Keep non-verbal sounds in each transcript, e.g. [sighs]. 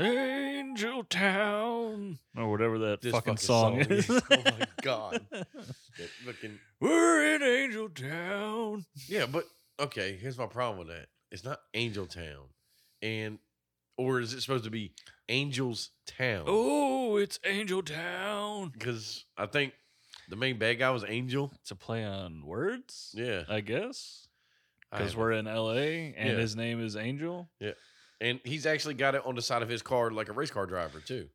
Angel Town or whatever that This fucking, song, is. [laughs] [laughs] oh my god. That fucking- We're in Angel Town. yeah, but okay, here's my problem with that. It's not Angel Town. And or is it supposed to be Angels Town? Oh, it's Angel Town. Because I think the main bad guy was Angel. It's a play on words, Yeah. I guess, I because have- we're in L.A. and Yeah. his name is Angel. and he's actually got it on the side of his car like a race car driver too.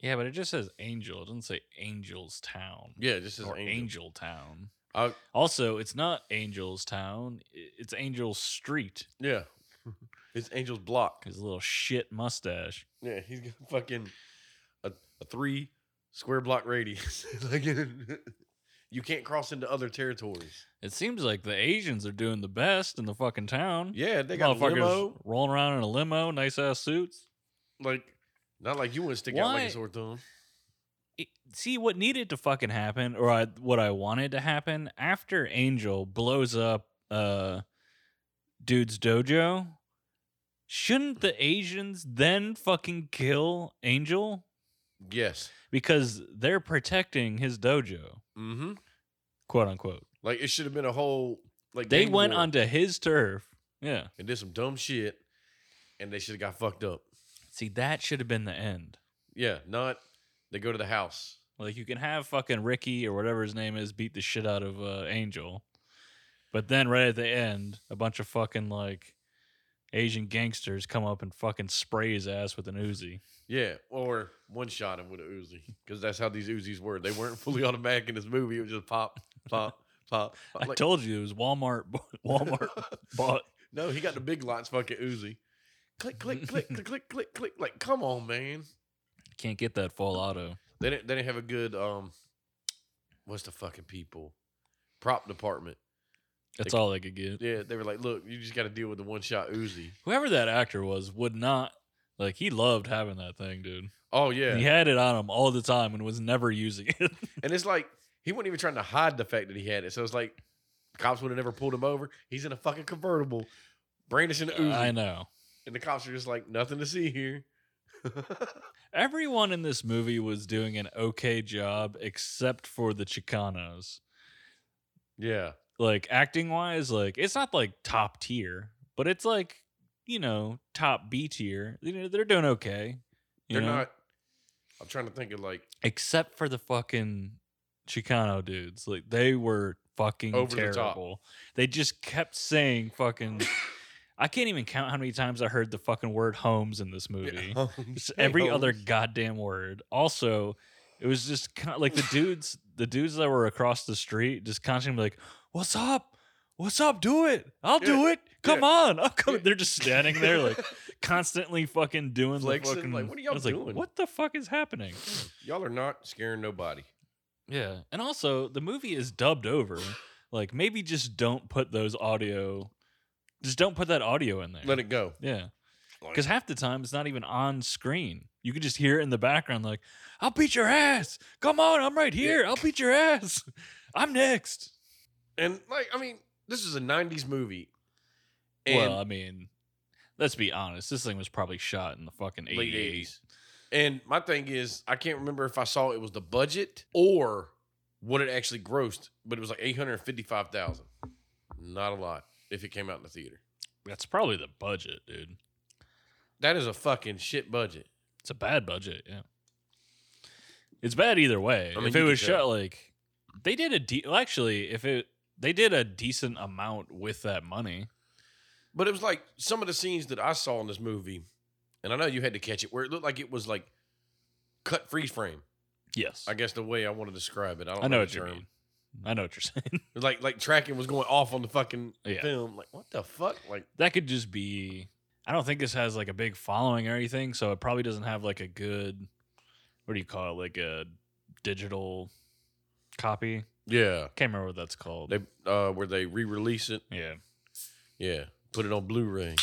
Yeah, but it just says Angel. It doesn't say Angel's Town Yeah, this is or Angel. Angel. Uh, Town. I- also, it's not Angel's Town. i- It's Angel's Street. yeah. [laughs] It's Angel's block. His little shit mustache. Yeah, he's got fucking a, a three square block radius. [laughs] like you can't cross into other territories. It seems like the Asians are doing the best in the fucking town. Yeah, they got a limo. rolling around in a limo, nice ass suits. Like not like you wouldn't stick out like Why- a sore thumb. it- see what needed to fucking happen or I, what I wanted to happen after Angel blows up uh dude's dojo shouldn't the Asians then fucking kill Angel Yes. because they're protecting his dojo Mm-hmm. quote unquote Like it should have been a whole like they gang went war onto his turf yeah and did some dumb shit, and they should have got fucked up. see that should have been the end Yeah, not they go to the house. like you can have fucking Ricky or whatever his name is beat the shit out of uh, Angel, but then right at the end, a bunch of fucking like Asian gangsters come up and fucking spray his ass with an [laughs] Uzi. Yeah, or one shot him with a Uzi because that's how these Uzis were. They weren't fully [laughs] automatic in this movie. It was just pop, pop, pop. pop. I Like- told you it was Walmart. [laughs] [laughs] Walmart bought. No, he got the big lots fucking Uzi. Click, click, [laughs] click, click, click, click, click. Like, come on, man. Can't get that full auto. They didn't. They didn't have a good um. What's the fucking people? Prop department. That's all they could get. Yeah, they were like, look, you just got to deal with the one shot Uzi. Whoever that actor was would not like. He loved having that thing, dude. Oh yeah, He had it on him all the time and was never using [laughs] it. and it's like he wasn't even trying to hide the fact that he had it. So it's like cops would have never pulled him over. He's in a fucking convertible, brandishing an Uzi, I know. and the cops are just like, nothing to see here. Everyone in this movie was doing an okay job except for the Chicanos. Yeah, Like acting wise, like it's not like top tier, but it's like, you know, top B tier. You know, they're doing okay. you they're know? not. I'm trying to think of like except for the fucking Chicano dudes. Like they were fucking Over the top. terrible. They just kept saying [laughs] fucking I can't even count how many times I heard the fucking word homes in this movie. [laughs] Just [laughs] every other goddamn word. Also, it was just kind of like the dudes, the dudes that were across the street, just constantly like, "What's up? What's up? Do it! I'll do Yeah. it! Come Yeah. on! I'll come!" Yeah. They're just standing there [laughs] like constantly fucking doing Flexing, the fucking. like, "What are I y'all was doing?" Like, what the fuck is happening? Y'all are not scaring nobody. Yeah, and also the movie is dubbed over. Like maybe just don't put those audio, just don't put that audio in there. Let it go. Yeah. Because half the time it's not even on screen. You can just hear it in the background, like, I'll beat your ass. Come on, I'm right here. I'll beat your ass. [laughs] I'm next. and like, I mean, this is a '90s movie. well, I mean, let's be honest. This thing was probably shot in the fucking 80s. Late 80s. And my thing is, I can't remember if I saw it was the budget or what it actually grossed, but it was like eight hundred fifty-five thousand. Not a lot if it came out in the theater. That's probably the budget, dude. That is a fucking shit budget. It's a bad budget. Yeah. It's bad either way. I mean, if you it can was shot tell. like they did a de- well, actually, if it they did a decent amount with that money. But it was like some of the scenes that I saw in this movie, and I know you had to catch it, where it looked like it was like cut freeze frame. Yes. I guess the way I want to describe it. I don't I know the what you term. mean. I know what you're [laughs] saying. Like like tracking was going off on the fucking Yeah. film. Like what the fuck? Like that could just be I don't think this has like a big following or anything, so it probably doesn't have like a good what do you call it? Like a digital copy. yeah, Can't remember what that's called. they uh where they re-release it. yeah. Yeah, put it on Blu-ray,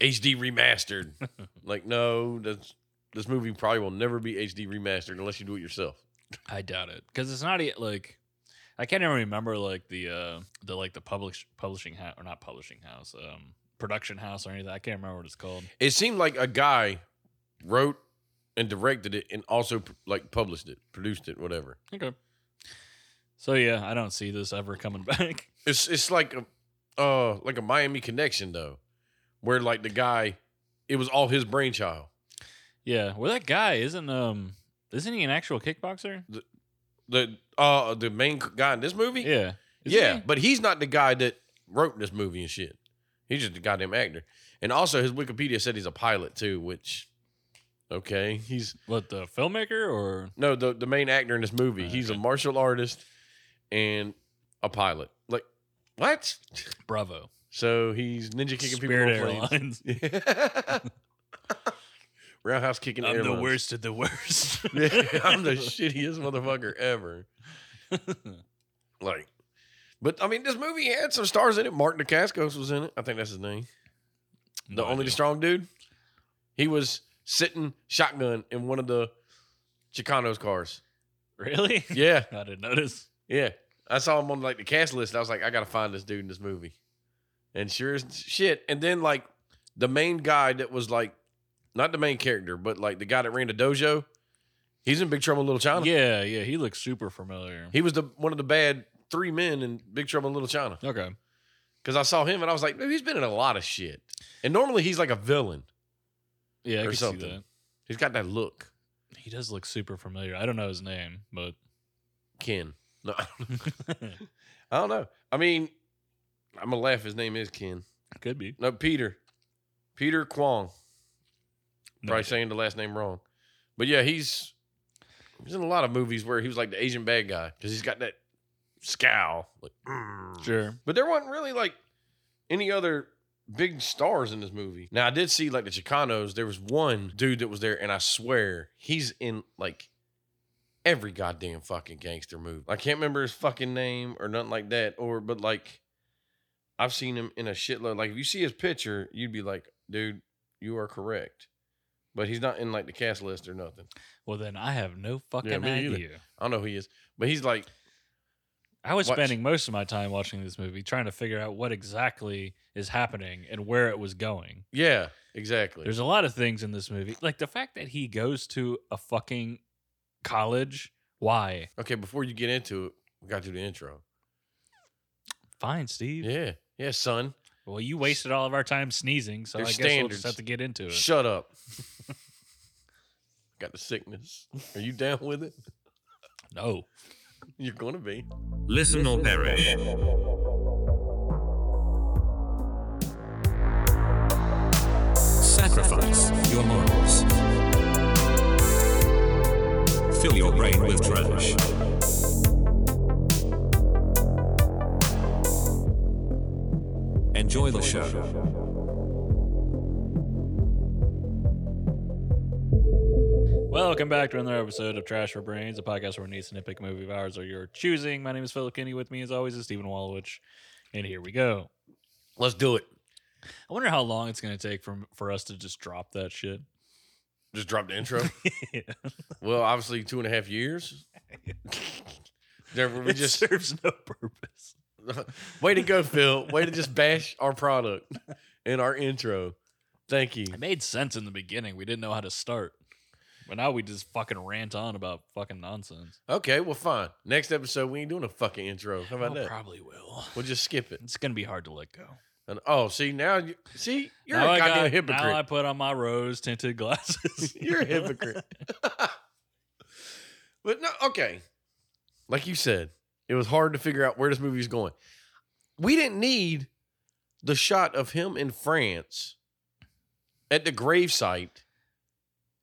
HD remastered. [laughs] like no, that's this movie probably will never be HD remastered unless you do it yourself. I doubt it. Because it's not e- like I can't even remember like the uh the like the publish publishing house or not publishing house, um production house or anything. I can't remember what it's called. It seemed like a guy wrote and directed it, and also like published it, produced it, whatever. Okay. So yeah, I don't see this ever coming [laughs] back. It's it's like a uh like a Miami connection though, where like the guy, it was all his brainchild. Yeah. Well, that guy isn't um isn't he an actual kickboxer? The uh the main guy in this movie. Yeah. Isn't yeah, he? but he's not the guy that wrote this movie and shit. He's just a goddamn actor. And also, his Wikipedia said he's a pilot too, which okay, he's What the filmmaker or no the the main actor in this movie. Uh, He's a okay. martial artist and a pilot. Like what? Bravo? So he's ninja kicking Spirit people on planes. Airlines. [laughs] Roundhouse kicking I'm the airlines. worst of the worst. [laughs] Yeah, [laughs] I'm the shittiest motherfucker ever. Like, but I mean, this movie had some stars in it. Mark DeCascos was in it. I think that's his name. The No only idea. strong dude. He was sitting shotgun in one of the Chicanos cars. really? Yeah, [laughs] I didn't notice. yeah. I saw him on like the cast list. I was like, I gotta find this dude in this movie. And sure as shit. And then like the main guy that was like, not the main character, but like the guy that ran the dojo. He's in Big Trouble in Little China. Yeah, yeah, he looks super familiar. He was the one of the bad three men in Big Trouble in Little China. okay. Because I saw him and I was like, dude, he's been in a lot of shit. And normally he's like a villain. Yeah, I Or can see something. that. He's got that look. He does look super familiar. I don't know his name, [laughs] but Ken. No, [laughs] I don't know. I mean, I'm gonna laugh. His name is Ken. could be. No, Peter. Peter Kwong. No Probably idea. saying the last name wrong. But yeah, he's he's in a lot of movies where he was like the Asian bad guy because he's got that scowl. Like, "Mm." Sure. But there wasn't really like any other big stars in this movie. Now I did see like the Chicanos. There was one dude that was there, and I swear he's in like every goddamn fucking gangster movie. I can't remember his fucking name or nothing like that. Or but like I've seen him in a shitload. Like if you see his picture, you'd be like, dude, you are correct. But he's not in like the cast list or nothing. Well, then I have no fucking me either. idea. I don't know who he is, but he's like I was Watch. spending most of my time watching this movie trying to figure out what exactly is happening and where it was going. yeah, exactly. There's a lot of things in this movie. Like the fact that he goes to a fucking college. Why? okay, before you get into it, we got to do the intro. Fine, Steve. Yeah, yeah, son. Well, you wasted all of our time sneezing, so I There's guess we'll standards. just have to get into it. Shut up. [laughs] Got the sickness. Are you down with it? [laughs] No. You're going to be. Listen or perish. Sacrifice your morals. Fill your brain with trash. Enjoy the show. Welcome back to another episode of Trash for Brains, a podcast where Nathan and pick a movie of ours or your choosing. My name is Philip Kinney. With me, as always, is Stephen Wallowich. And here we go. Let's do it. I wonder how long it's going to take for, for us to just drop that shit. Just drop the [laughs] intro. Well, obviously, two and a half years. there, we it [laughs] just serves no purpose. way to go, Phil. Way to just bash our product and our intro. Thank you. It made sense in the beginning. We didn't know how to start. But now we just fucking rant on about fucking nonsense. Okay, well, fine. Next episode, we ain't doing a fucking intro. How about I that? probably will. We'll just skip it. It's going to be hard to let go. And, oh, see now, you, see you're Now a I goddamn got- hypocrite. Now I put on my rose tinted [laughs] glasses. [laughs] You're a hypocrite. but no, okay. Like you said, it was hard to figure out where this movie's going. We didn't need the shot of him in France at the gravesite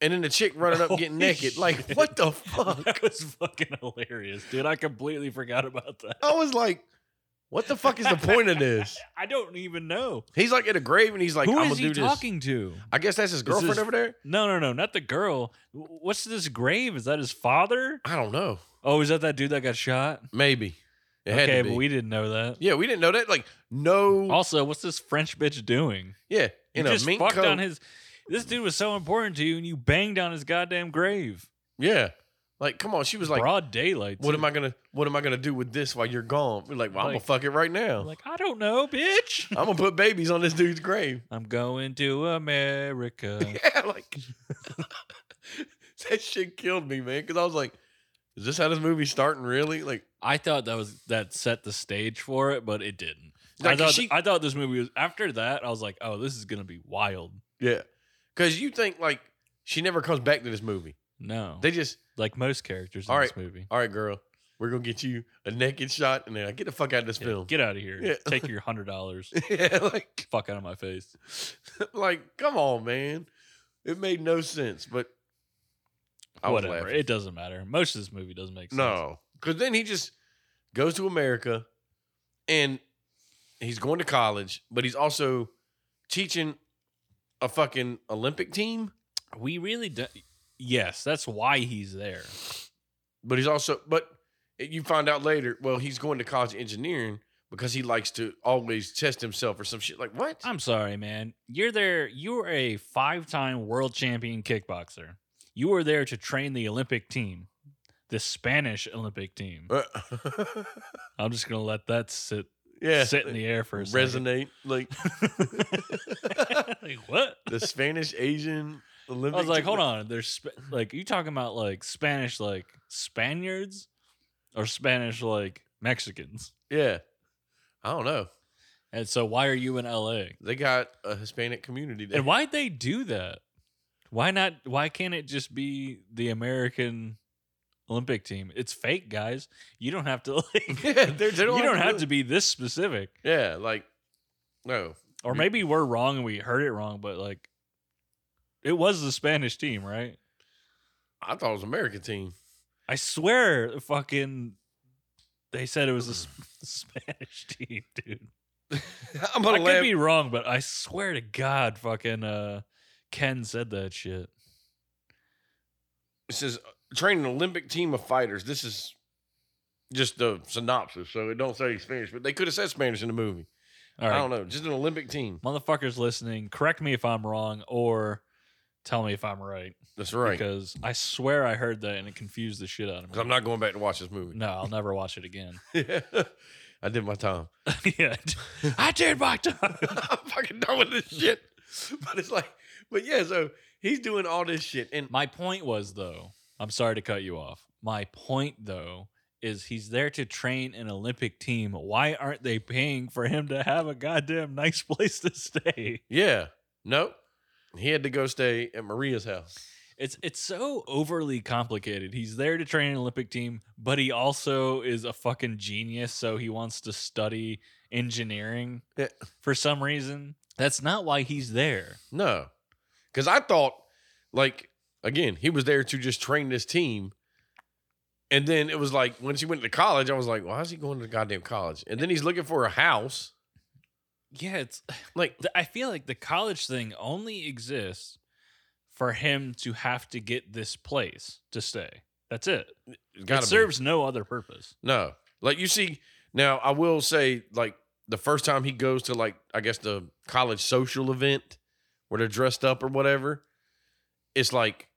and then the chick running up getting [laughs] Holy naked. Like, shit. what the fuck? That was fucking hilarious, dude. I completely forgot about that. I was like, what the fuck is the point of this? [laughs] I don't even know. He's like at a grave and he's like, Who I'm is gonna he do this. talking to? I guess that's his This girlfriend is- over there. No, no, no, not the girl. W- What's this grave? Is that his father? I don't know. Oh, is that that dude that got shot? Maybe. It had okay, to be. but we didn't know that. yeah, we didn't know that. Like, no. Also, what's this French bitch doing? Yeah, You in a just mink fucked coat. on his. This dude was so important to you, and you banged on his goddamn grave. yeah, Like, come on. She was like, broad daylight. "What too. am I gonna What am I gonna do with this while you're gone?" We're like, "Well, I'm Like- gonna fuck it right now. I'm like, [laughs] I don't know, bitch. [laughs] I'm gonna put babies on this dude's grave." [laughs] I'm going to America. Yeah, like [laughs] that shit killed me, man. Because I was like, "Is this how this movie's starting? Really?" Like, I thought that was that set the stage for it, but it didn't. Like, I thought she- I thought this movie was after that. I was like, oh, this is gonna be wild. yeah, because you think like she never comes back to this movie. No, They just like most characters in All this right. movie. all right, girl, we're gonna get you a naked shot, and then I get the fuck out of this Yeah, film. Get out of here. Yeah. Take your hundred dollars. [laughs] yeah, like, Fuck out of my face. [laughs] like, come on, man. It made no sense, but I was Whatever. laughing. It doesn't matter. Most of this movie doesn't make sense. no, because then he just goes to America, and he's going to college, but he's also teaching a fucking Olympic team. we really. Do- yes, that's why he's there. But he's also, but you find out later, well, he's going to college engineering because he likes to always test himself or some shit. Like what? I'm sorry, man. You're there. You're a five-time world champion kickboxer. You were there to train the Olympic team, the Spanish Olympic team. Uh, I'm just gonna let that sit [laughs] yeah, sit in the air for a second. resonate like [laughs] like, [laughs] what? the Spanish Asian I Olympic. was like, team. hold on. There's sp- like you talking about like Spanish like Spaniards or Spanish like Mexicans. Yeah, I don't know. And so why are you in LA? They got a Hispanic community there. And why'd they do that? Why not why can't it just be the American Olympic team? It's fake, guys. You don't have to [laughs] like [laughs] yeah, they're- they don't you don't have do to it. be this specific. Yeah, like no. Or We- maybe we're wrong and we heard it wrong, but like it was the Spanish team, right? I thought it was American team. I swear, fucking, they said it was a sp- [laughs] Spanish team, dude. [laughs] I'm I gonna could laugh. be wrong, but I swear to God, fucking uh, Ken said that shit. it says train an Olympic team of fighters. This is just the synopsis, so it don't say Spanish, but they could have said Spanish in the movie. All I right, don't know, just an Olympic team. motherfuckers listening, correct me if I'm wrong or tell me if I'm right, That's right. Because because I swear I heard that and it confused the shit out of me. I'm not going back to watch this movie. no, I'll never watch it again. [laughs] [laughs] I did my time. yeah, I did my [laughs] time. I'm fucking done with this shit. But it's like, but yeah, so he's doing all this shit, and My point was though, I'm sorry to cut you off. My point though is he's there to train an Olympic team. Why aren't they paying for him to have a goddamn nice [laughs] place to stay? yeah, nope. He had to go stay at Maria's house. It's it's so overly complicated. He's there to train an Olympic team, but he also is a fucking genius, so he wants to study engineering Yeah. for some reason. That's not why he's there. No, because I thought, like, again, he was there to just train this team. And then it was like, once he went to college, I was like, why is he going to goddamn college? And then he's looking for a house. Yeah, it's Like, th- I feel like the college thing only exists for him to have to get this place to stay. That's it. it's It gotta be. serves no other purpose. No. Like, you see, now I will say, like, the first time he goes to, like, I guess the college social event where they're dressed up or whatever, it's like,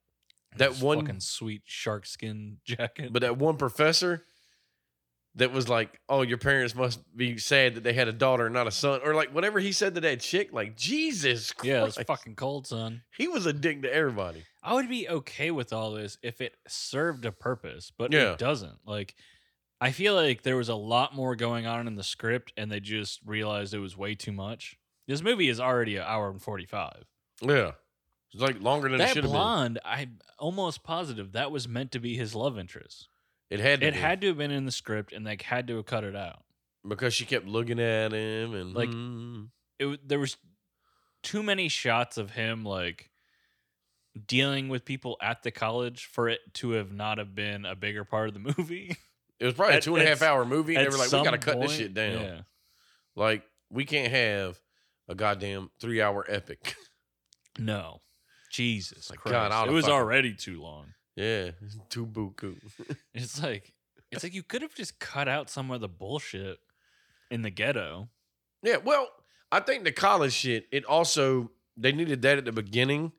That This one- fucking sweet shark skin jacket. [laughs] But that one professor that was like, "Oh, your parents must be sad that they had a daughter and not a son," or like whatever he said to that chick. Like Jesus Christ, yeah, it's fucking cold, son. he was a dick to everybody. I would be okay with all this if it served a purpose, but Yeah. it doesn't. Like, I feel like there was a lot more going on in the script, and they just realized it was way too much. This movie is already an hour and forty-five. Yeah, it's like longer than it that should have blonde, been. I'm almost positive that was meant to be his love interest. It had to It be, had to have been in the script, and they had to have cut it out. because she kept looking at him and mm. Like- like It w- there was too many shots of him like dealing with people at the college for it to have not have been a bigger part of the [laughs] movie. it was probably at- a two and a at half hour movie. And they were like, "We some got to cut this point- shit down. yeah. Like we can't have a goddamn three hour epic." [laughs] No, Jesus Like, God, Christ! I it would've was fucking- already too long. yeah, too buku. It's like it's like you could have just cut out some of the bullshit in the ghetto. Yeah, well, I think the college shit, it also they needed that at the beginning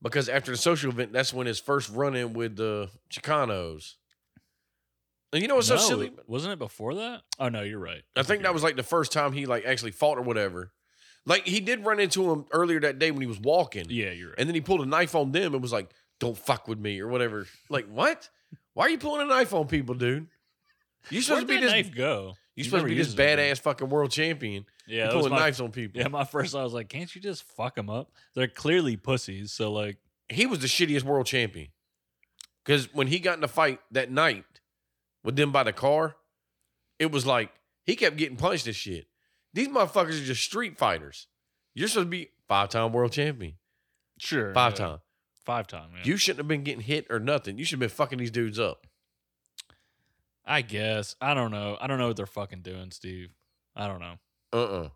because after the social event, that's when his first run in with the Chicanos. And you know what's no, so silly? Wasn't it before that? Oh no, you're right. I think that was like the first time he like actually fought or whatever. Like he did run into him earlier that day when he was walking. Yeah, you're right. And then he pulled a knife on them and was like, "Don't fuck with me" or whatever. Like, what? Why are you pulling a knife on people, dude? You Where'd supposed to be that this. knife go? He You supposed never to be this uses it, right? badass fucking world champion. Yeah, you that was pulling my- knives on [laughs] people. Yeah, my first I was like, can't you just fuck them up? They're clearly pussies. So like, he was the shittiest world champion. Because when he got in a fight that night with them by the car, it was like he kept getting punched and shit. These motherfuckers are just street fighters. You're supposed to be five time world champion, sure, five yeah. time. five time. Yeah. You shouldn't have been getting hit or nothing. You should have been fucking these dudes up. I guess. I don't know. I don't know what they're fucking doing, Steve. I don't know. Uh uh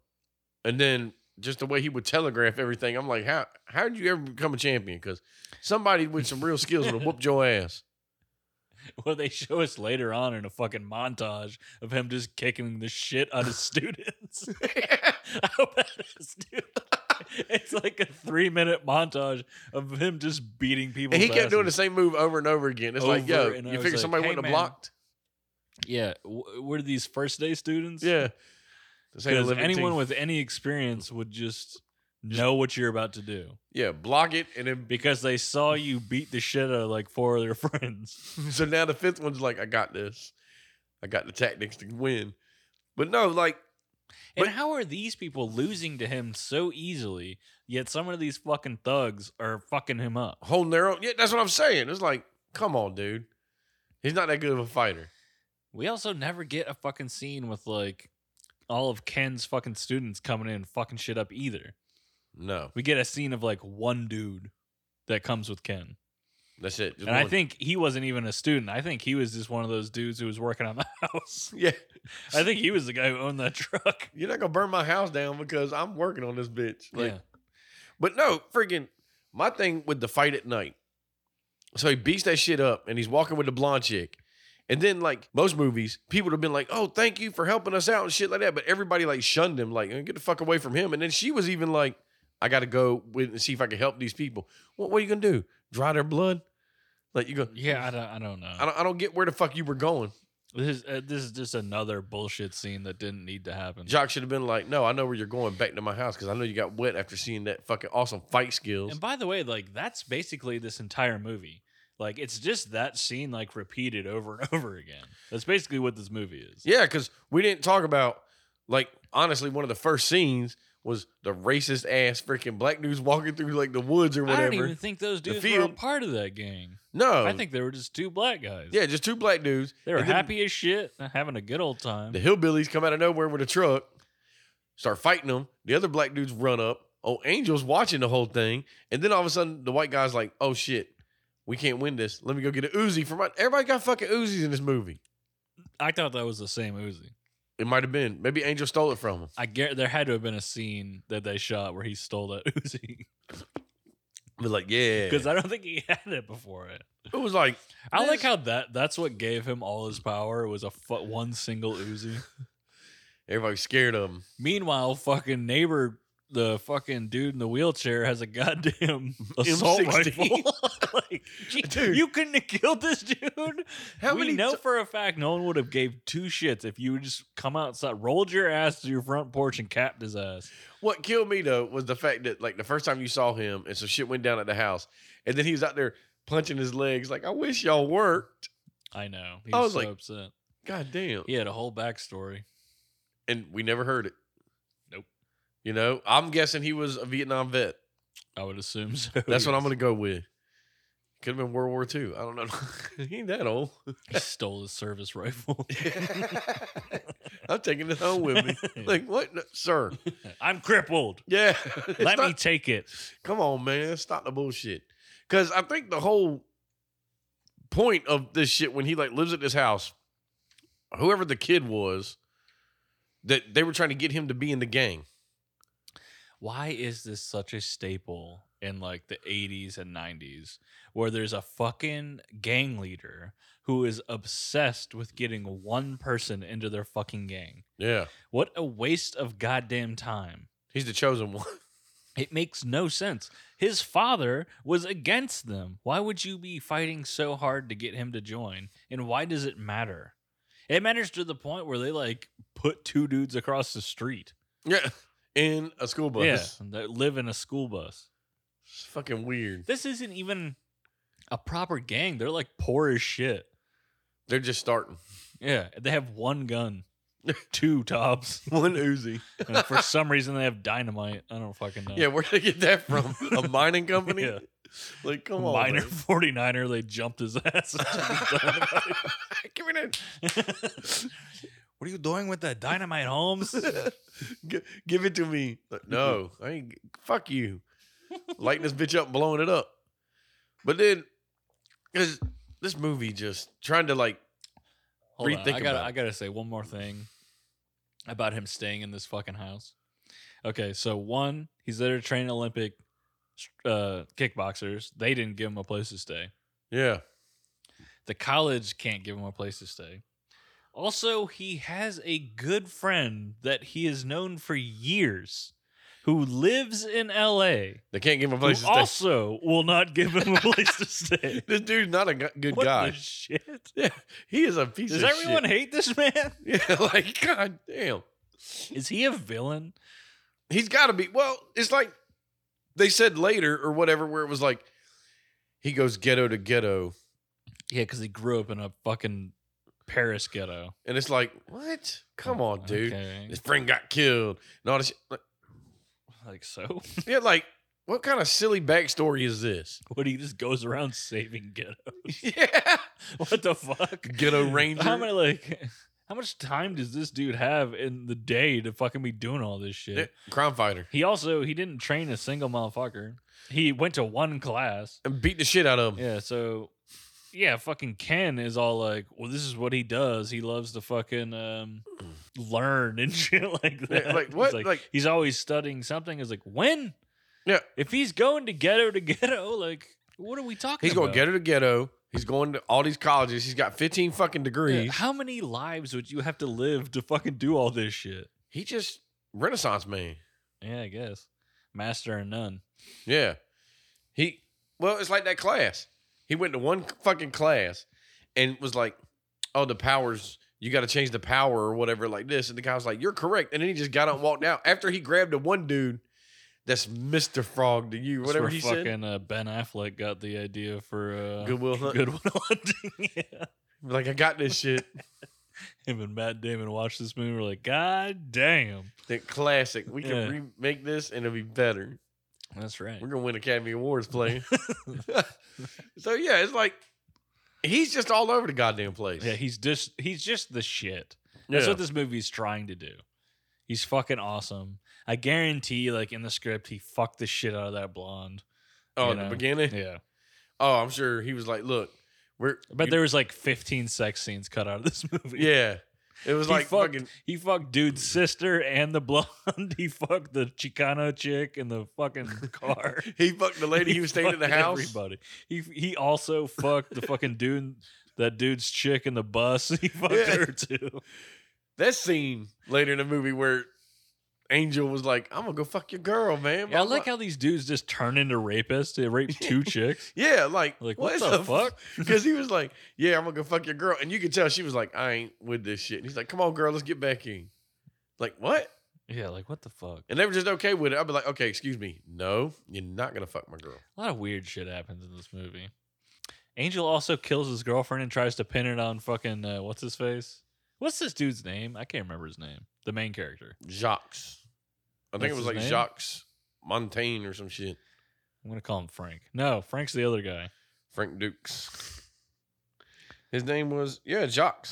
And then just the way he would telegraph everything, I'm like, how how did you ever become a champion? Because somebody with some real skills would have whooped your [laughs] ass. Well, they show us later on in a fucking montage of him just kicking the shit [laughs] out of students. [laughs] How badass, dude! It's like a three-minute montage of him just beating people. And he kept doing the same move over and over again. It's like, yo, Over and you over. figure It's like, somebody hey, wouldn't have man. blocked? Yeah, w- were these first-day students? Yeah. This ain't a because living anyone team. with any experience would just know what you're about to do yeah, block it and then. because they saw you beat the shit out of like four of their [laughs] friends. [laughs] so now the fifth one's like, I got this. I got the tactics to win. But no, like And But- how are these people losing to him so easily? Yet some of these fucking thugs are fucking him up. holding their own. Yeah, that's what I'm saying. It's like, come on, dude. He's not that good of a fighter. We also never get a fucking scene with like all of Ken's fucking students coming in and fucking shit up either. No, We get a scene of like one dude that comes with Ken. that's it. Just and I one. think he wasn't even a student. I think he was just one of those dudes who was working on the [laughs] house. [laughs] yeah, I think he was the guy who owned that [laughs] truck. you're not gonna burn my house down because I'm working on this bitch. Like, yeah. But no, freaking my thing with the fight at night. So he beats that shit up and he's walking with the blonde chick. And then like most movies, people would have been like, "Oh, thank you for helping us out" and shit like that, but everybody like shunned him like, "Get the fuck away from him." And then she was even like, "I got to go with and see if I can help these people." What what are you going to do? Dry their blood? Like you go Yeah, I don't, I don't know. I don't, I don't get where the fuck you were going. this is uh, this is just another bullshit scene that didn't need to happen. Jock should have been like, "No, I know where you're going. Back to my house because I know you got wet after seeing that fucking awesome fight skills." And by the way, like that's basically this entire movie. Like it's just that scene like repeated over and [laughs] over again. That's basically what this movie is. Yeah, because we didn't talk about like honestly one of the first scenes was the racist ass freaking black dudes walking through like the woods or I don't whatever. even think those The dudes were a field- part of that gang. No, I think they were just two black guys. yeah, just two black dudes. They were And then happy as shit, having a good old time. The hillbillies come out of nowhere with a truck, start fighting them. The other black dudes run up. Oh, Angel's watching the whole thing, and then all of a sudden the white guy's like, "Oh shit." We can't win this. Let me go get a Uzi from my. Everybody got fucking Uzis in this movie. I thought that was the same Uzi. It might have been. Maybe Angel stole it from him. I get there had to have been a scene that they shot where he stole that [laughs] Uzi But like, yeah, because I don't think he [laughs] had it before it. it was like I like This- how that that's what gave him all his power was a fu- one single Uzi. everybody was scared of him. Meanwhile, fucking neighbor, the fucking dude in the wheelchair has a [laughs] goddamn assault M16. rifle. [laughs] [laughs] like, gee, Dude. you couldn't have killed this dude. How we many know ti- for a fact no one would have gave two shits if you would just come outside, rolled your ass to your front porch, and capped his ass. What killed me though was the fact that like the first time you saw him and some shit went down at the house, and then he was out there punching his legs like, "I wish y'all worked." I know. He I was, was so like- upset. God damn. He had a whole backstory. And we never heard it. Nope. You know, I'm guessing he was a Vietnam vet. I would assume [laughs] so. That's what Yes. I'm gonna go with. Could have been World War II. I don't know. [laughs] he ain't that old. He stole his service [laughs] rifle. [laughs] I'm taking this home with me. [laughs] Like what, No, sir? [laughs] I'm crippled. Yeah. [laughs] It's Let me not- take it. Come on, man. Stop the bullshit. Cause I think the whole point of this shit when he like lives at this house, whoever the kid was, that they were trying to get him to be in the gang. why is this such a staple in like the 80s and 90s where there's a fucking gang leader who is obsessed with getting one person into their fucking gang? Yeah. What a waste of goddamn time. He's the chosen one. [laughs] It makes no sense. His father was against them. Why would you be fighting so hard to get him to join? And why does it matter? It matters to the point where they like put two dudes across the street. Yeah. In a school bus. Yeah, that live in a school bus. It's fucking weird. This isn't even a proper gang. They're like poor as shit. They're just starting. Yeah, they have one [laughs] gun, two tops. One Uzi. And for some reason, they have dynamite. I don't [laughs] fucking know. Yeah, where'd they get that from? A mining company? Yeah. Like, come on. Minor man. 49er, they jumped his ass. [laughs] Give me that. [laughs] what are you doing with that dynamite, Holmes? G- give it to me. Like, no, I ain't. Fuck you. Lighting this bitch up, and blowing it up. But then, because this movie just trying to like, [laughs] Hold on, Rethink I gotta, about it. I gotta say one more thing about him staying in this fucking house. Okay, so one, he's there to train Olympic uh, kickboxers. They didn't give him a place to stay. yeah, The college can't give him a place to stay. Also, he has a good friend that he has known for years who lives in LA. they can't give him a Who place to stay. also will not give him [laughs] a place to stay. This dude's not a gu- good what guy. the shit? yeah, he is a piece Does of everyone hate this man? [laughs] shit. Yeah, [laughs] like god damn, Is he a villain? he's got to be. Well, it's like they said later or whatever, where it was like he goes ghetto to ghetto, Yeah, because he grew up in a fucking Paris ghetto. and it's like, what? Come on, dude. Okay. [laughs] His friend got killed. And all this shit. Like, Like so? Yeah, like what kind of silly backstory is [laughs] this? What he just goes around saving ghetto? [laughs] yeah, What the fuck? Ghetto Ranger. How many like? How much time does this dude have in the day to fucking be doing all this shit? Yeah, crime fighter He also he didn't train a single motherfucker. He went to one class. and beat the shit out of him. Yeah, so yeah, fucking Ken is all like, "Well, this is what he does. He loves to fucking um, learn and [laughs] shit like that." Yeah, like, He's what? Like- he's always studying something. Is like when? Yeah. If he's going to ghetto to [laughs] ghetto, like what are we talking? He's about? going ghetto to ghetto. He's going to all these colleges. He's got 15 fucking Yeah, degrees. How many lives would you have to live to fucking do all this shit? He just Renaissance man. Yeah, I guess master and none. Yeah. He well, it's like that class. He went to one fucking class and was like, Oh, the powers, you gotta change the power or whatever, like this. And the guy was like, You're correct. And then he just got up and walked out after he grabbed the one dude that's Mr. Frog to you, That's whatever where he fucking said. uh, Ben Affleck got the idea for uh, Goodwill Hunt. [laughs] Goodwill Hunting. yeah. Like I got this [laughs] shit. him and Matt Damon watched this movie. We're like, God damn, that classic. We can Yeah. remake this and it'll be better. that's right. We're gonna win Academy [laughs] Awards playing. [laughs] so yeah, it's like he's just all over the goddamn place. Yeah, he's just he's just the shit. That's Yeah. what this movie's trying to do. He's fucking awesome. I guarantee, like in the script, he fucked the shit out of that blonde. oh, you in the know. beginning. Yeah, Oh, I'm sure he was like, look, we're but there was like 15 sex scenes cut out of this [laughs] movie. yeah. It was He like fucked- fucking He fucked dude's sister and the [laughs] blonde. He fucked the Chicano chick in the fucking car. he fucked [laughs] the lady who stayed in the fucked house. Everybody. He he also fucked the fucking dude. That dude's chick in the bus. [laughs] He fucked Yeah. her [laughs] too. That scene later in the movie where Angel was like, I'm gonna go fuck your girl, man. Yeah, I Blah, blah. like how these dudes just turn into rapists. They [laughs] rape two chicks. Yeah, like, Like, what the fuck? Because he was like, Yeah, I'm gonna go fuck your girl. And you could tell she was like, I ain't with this shit. And he's like, Come on, girl, let's get back in. Like, what? Yeah, like what the fuck? And they were just okay with it. I'd be like, Okay, excuse me. No, you're not gonna fuck my girl. A lot of weird shit happens in this movie. Angel also kills his girlfriend and tries to pin it on fucking uh, what's his face? What's this dude's name? I can't remember his name. The main character. Jacques. I think That's it his was like name? Jacques Montaigne or some shit. I'm gonna call him Frank. No, Frank's the other guy. Frank Dukes. His name was yeah, Jacques.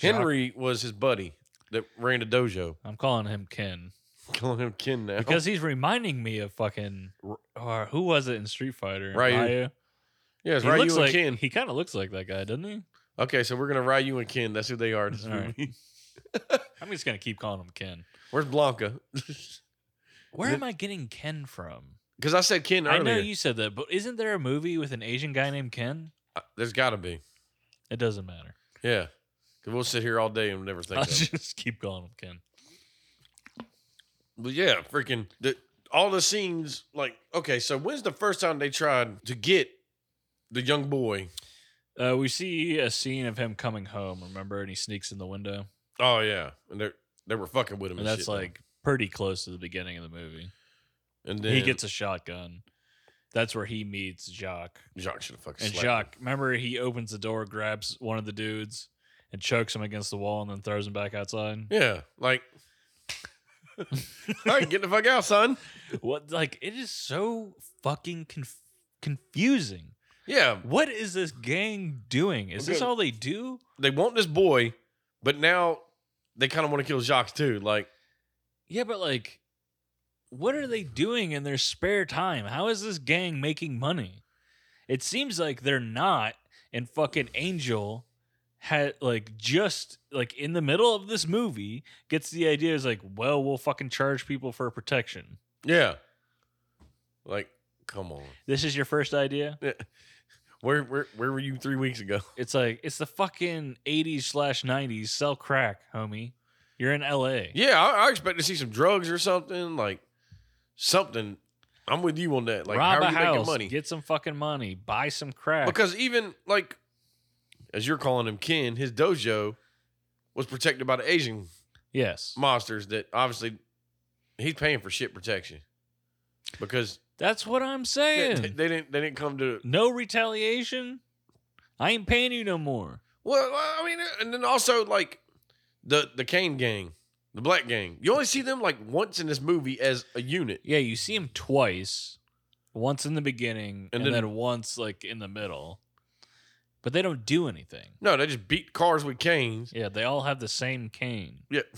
Henry was his buddy that ran the dojo. [laughs] I'm calling him Ken Calling him Ken now. because he's reminding me of fucking or who was it in Street Fighter? Ryu. Ryu. [laughs] yeah, it's He Ryu looks and like Ken. he kind of looks like that guy, doesn't he? okay, so we're gonna Ryu and Ken. That's who they are. in This All right. movie. [laughs] I'm just gonna keep calling him Ken. Where's Blanca? Where Is am I getting Ken from? Because I said Ken I earlier. know you said that, but isn't there a movie with an Asian guy named Ken? Uh, There's got to be. It doesn't matter. Yeah. Because we'll sit here all day [laughs] and never think. I'll Of it. just keep calling him Ken. But yeah, freaking the all the scenes, like, okay, so when's the first time they tried to get the young boy? Uh, we see a scene of him coming home, remember? And he sneaks in the window. Oh yeah, and they they were fucking with him. And, And, that's shit, like pretty close to the beginning of the movie. and then He gets a shotgun. That's where he meets Jacques. Jacques should have fucking And slapped Jacques, remember, he opens the door, grabs one of the dudes, and chokes him against the wall, and then throws him back outside. [laughs] him. Yeah, like, all right, get the fuck out, son. What? Like it is so fucking conf- confusing. Yeah, What is this gang doing? Is this Okay. all they do? they want this boy, but now they kind of want to kill Jacques too. Like, Yeah, but like, what are they doing in their spare time? How is this gang making money? It seems like they're not. And fucking Angel had like just like in the middle of this movie gets the idea is like, well, we'll fucking charge people for protection. yeah, like, come on. This is your first idea. [laughs] Where where where were you three weeks ago? It's like it's the fucking eighties slash nineties. Sell crack, homie. You're in L.A. [laughs] Yeah, I, I expect to see some drugs or something. Like, something. I'm with you on that. Like, Rob how are a you house, making money? get some fucking money, buy some crack. Because even like, as you're calling him Ken, his dojo was protected by the Asian yes, monsters that obviously he's paying for shit protection because that's what I'm they, saying. they didn't they didn't come to no retaliation. I ain't paying you no more. well I mean uh, and then also like the the Kane gang the Black gang you only see them like once in this movie as a unit Yeah, you see him twice, once in the beginning and, And then, then- once like in the middle, but they don't do anything. no they just beat cars with canes Yeah, they all have the same cane. yeah [laughs]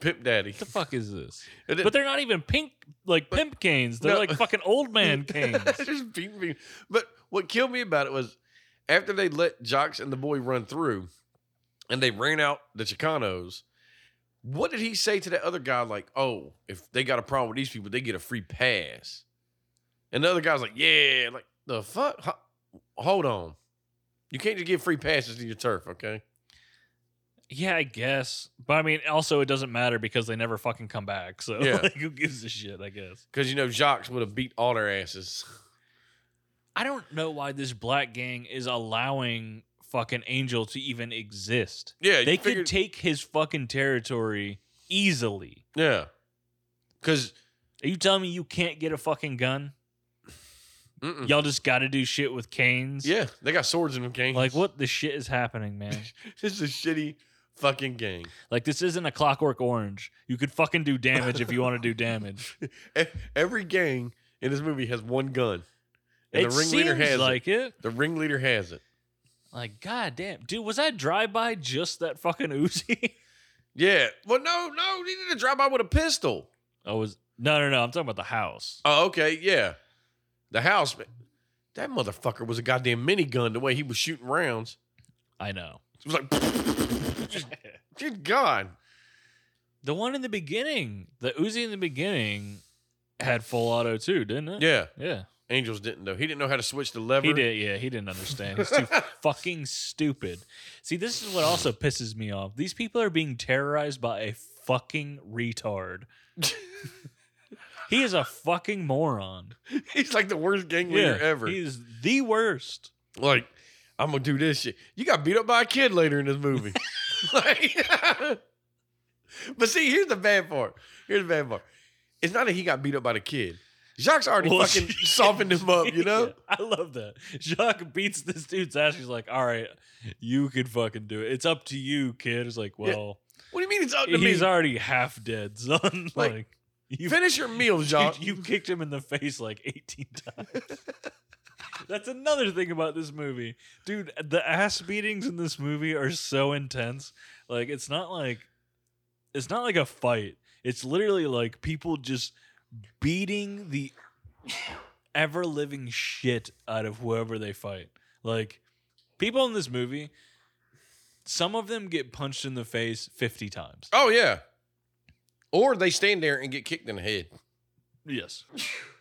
Pip Daddy What the fuck is [laughs] this? And then- But they're not even pink, like pimp canes. They're No. like fucking old [laughs] man canes. just beat me. But what killed me about it was after they let Jocks and the boy run through and they ran out the Chicanos, what did he say to that other guy? Like, oh, if they got a problem with these people, they get a free pass. And the other guy's like, yeah, like the fuck? Ho- Hold on. You can't just give free passes to your turf, okay? Yeah, I guess. But I mean, also, it doesn't matter because they never fucking come back. So, Yeah. [laughs] like, who gives a shit, I guess. Because you know Jocks would have beat all their asses. [laughs] I don't know why this black gang is allowing fucking Angel to even exist. Yeah, They you could figured- take his fucking territory easily. yeah, because Are you telling me you can't get a fucking gun? Y'all just got to do shit with canes? Hmm. yeah, they got swords in them gangs. Like, [laughs] what the shit is happening, man? This is a shitty fucking gang. like, this isn't a clockwork orange. You could fucking do damage if you want to do damage. E- Every gang in this movie has one gun, [laughs] and it the ringleader seems has like it. it. The ringleader has it. Like, goddamn, dude, was that drive by just that fucking Uzi? [laughs] Yeah. Well, no, no, he didn't drive by with a pistol. I was no, no, no. I'm talking about the house. Oh, okay, yeah. The house, that motherfucker was a goddamn minigun. The way he was shooting rounds, I know. it was like, [laughs] [laughs] just- good God. The one in the beginning, the Uzi in the beginning, had full auto too, didn't it? Yeah, yeah. Angels didn't though. He didn't know how to switch the lever. He did. Yeah, he didn't understand. He's too fucking stupid. See, this is what also pisses me off. These people are being terrorized by a fucking [laughs] retard. he is a fucking moron. [laughs] He's like the worst gang leader ever. he is the worst. like I'm gonna do this shit. You got beat up by a kid later in [laughs] this movie. like, [laughs] but see, here's the bad part. Here's the bad part. It's not that he got beat up by the kid. Jacques already Well, [laughs] fucking softened him up, you know. I love that. Jacques beats this dude's ass. He's like, all right, you can fucking do it. It's up to you, kid. It's like, Yeah, well, What do you mean it's up to he's me? already half dead, son. [laughs] like, Like, you, Finish your meal, you, Jacques. you kicked him in the face like 18 [laughs] times. That's another thing about this movie. Dude, the ass beatings in this movie are so intense. Like, it's not like, it's not like a fight. It's literally like people just beating the ever living shit out of whoever they fight. Like people in this movie, some of them get punched in the face 50 times. oh yeah. Or they stand there and get kicked in the head. Yes.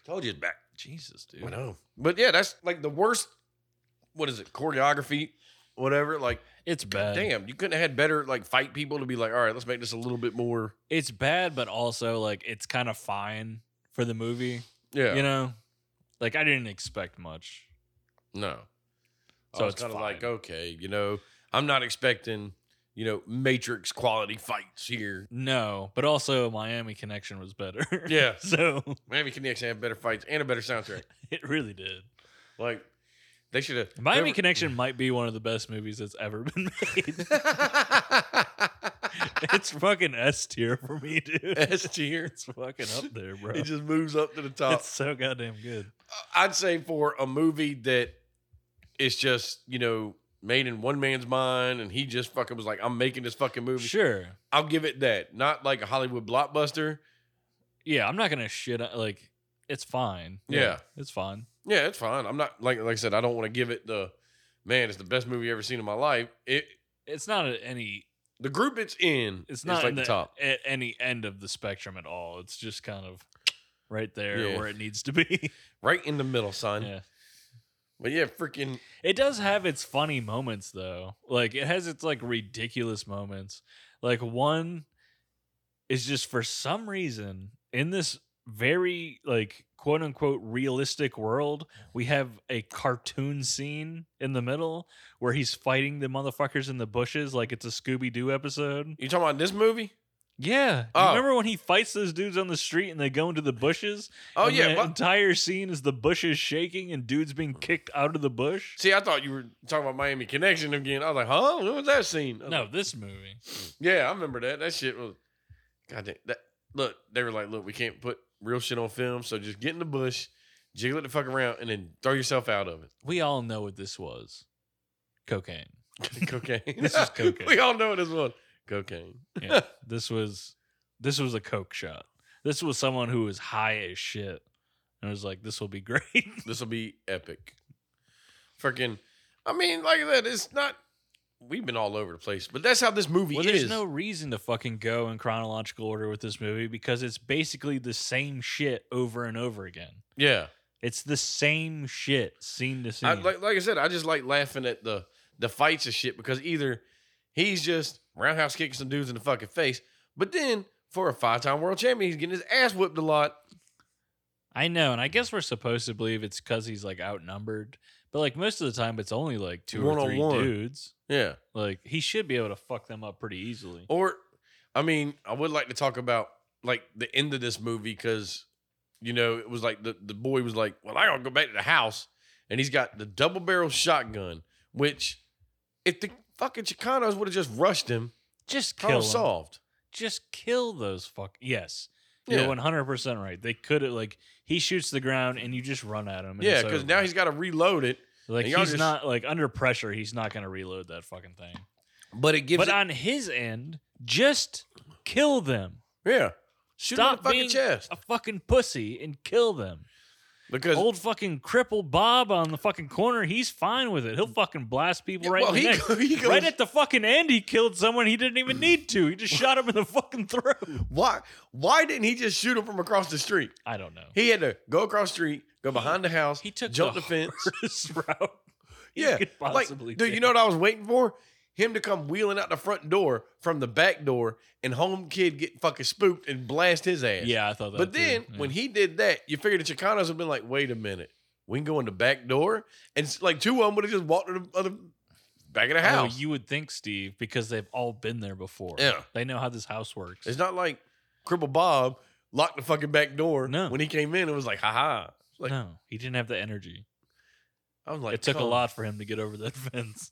Told you it's back. Jesus, dude. I know. But yeah, that's like the worst. What is it? Choreography, whatever. Like, It's bad. damn, you couldn't have had better like fight people to be like, all right, let's make this a little bit more. It's bad, but also like it's kind of fine for the movie. Yeah. You know, like I didn't expect much. No. So So it's it's kind of fine. like, okay, you know, I'm not expecting, you know, Matrix quality fights here. No, but also Miami Connection was better. Yeah. [laughs] so Miami Connection had better fights and a [laughs] better soundtrack. it really did. Like, they should have. Miami [laughs] Connection might be one of the best movies that's ever been made. [laughs] it's fucking S tier for me, [laughs] dude. S tier. It's fucking up there, bro. It just moves up to the [laughs] top. It's so goddamn good. I'd say for a movie that is just, you know, made in one man's mind and he just fucking was like, I'm making this fucking movie. Sure. I'll give it that. Not like a Hollywood blockbuster. Yeah, I'm not gonna shit. on- Like, it's fine. Yeah. it's fine. Yeah, it's fine. I'm not like like I said, I don't want to give it the man, it's the best movie I've ever seen in my life. It It's not at any. the group it's in It's is not like in the, the, top. at any end of the spectrum at all. It's just kind of right there Yeah. where it needs to [laughs] be. Right in the middle, son. yeah. But yeah, freaking It does have its funny moments though. Like it has its like ridiculous moments. Like one is just for some reason in this very like quote unquote realistic world, we have a cartoon scene in the middle where he's fighting the motherfuckers in the bushes like it's a Scooby Doo episode. you talking about this movie? Yeah. Do Oh. You remember when he fights those dudes on the street and they go into the bushes? Oh And yeah. The what- entire scene is the bushes shaking and dudes being kicked out of the bush. See, I thought you were talking about Miami Connection again. I was like, huh? What was that scene? I was No, like, this movie. yeah, I remember that. That shit was God damn that look, they were like, look, we can't put real shit on film, so just get in the bush, jiggle it the fuck around, and then throw yourself out of it. we all know what this was cocaine [laughs] [laughs] cocaine. This is cocaine. we all know what this was. Cocaine. yeah this was this was a coke shot this was someone who was high as shit and was like this will be [laughs] great This will be epic. Freaking, I mean, like that. It's not. We've been all over the place, but that's how this movie well is. there's no reason to fucking go in chronological order with this movie because it's basically the same shit over and over again yeah, it's the same shit scene to scene I, like like I said, I just like laughing at the the fights and shit because either he's just roundhouse kicking some dudes in the fucking face, but then for a five time world champion, he's getting his ass whipped a lot. I know and i guess we're supposed to believe it's because he's like outnumbered but like most of the time it's only like two or three One-on-one. dudes Yeah, like he should be able to fuck them up pretty easily Or, I mean, I would like to talk about like the end of this movie because, you know, it was like the, the boy was like, well, I gotta go back to the house. And he's got the double barrel shotgun, which if the fucking Chicanos would have just rushed him, Just kill problem 'em. solved. Just kill those fuck. Yes, you're Yeah. 100 percent right. They could have like he shoots the ground and you just run at him. and Yeah, it's because over. now he's got to reload it, like and he's y'all just- not like under pressure. He's not gonna reload that fucking thing. but it gives But it, on his end, just kill them. yeah, shoot him in Stop the fucking being chest a fucking pussy and kill them. because Old fucking cripple Bob on the fucking corner. He's fine with it. He'll fucking blast people right well, in the he, neck. go- [laughs] he goes, Right at the fucking end, he killed someone he didn't even need to. He just shot him in the fucking [laughs] throat. why why didn't he just shoot him from across the street? I don't know. He had to go across the street, go behind the house, He took jump the, the fence, hardest [laughs] route. he Yeah, could possibly like, dude. You take. know what I was waiting for? Him to come wheeling out the front door from the back door, and home kid get fucking spooked and blast his ass. Yeah, I thought that. But then when he did that, you figured the Chicanos have been like, "Wait a minute, we can go in the back door," and s- like two of them would have just walked to the other back of the oh, house. you would think Steve because they've all been there before. Yeah. they know how this house works. it's not like Cripple Bob locked the fucking back door. No. when he came in, it was like, "Ha like- no, he didn't have the energy. I was like, "Oh." it took a "Come-" [laughs] lot for him to get over that [laughs] fence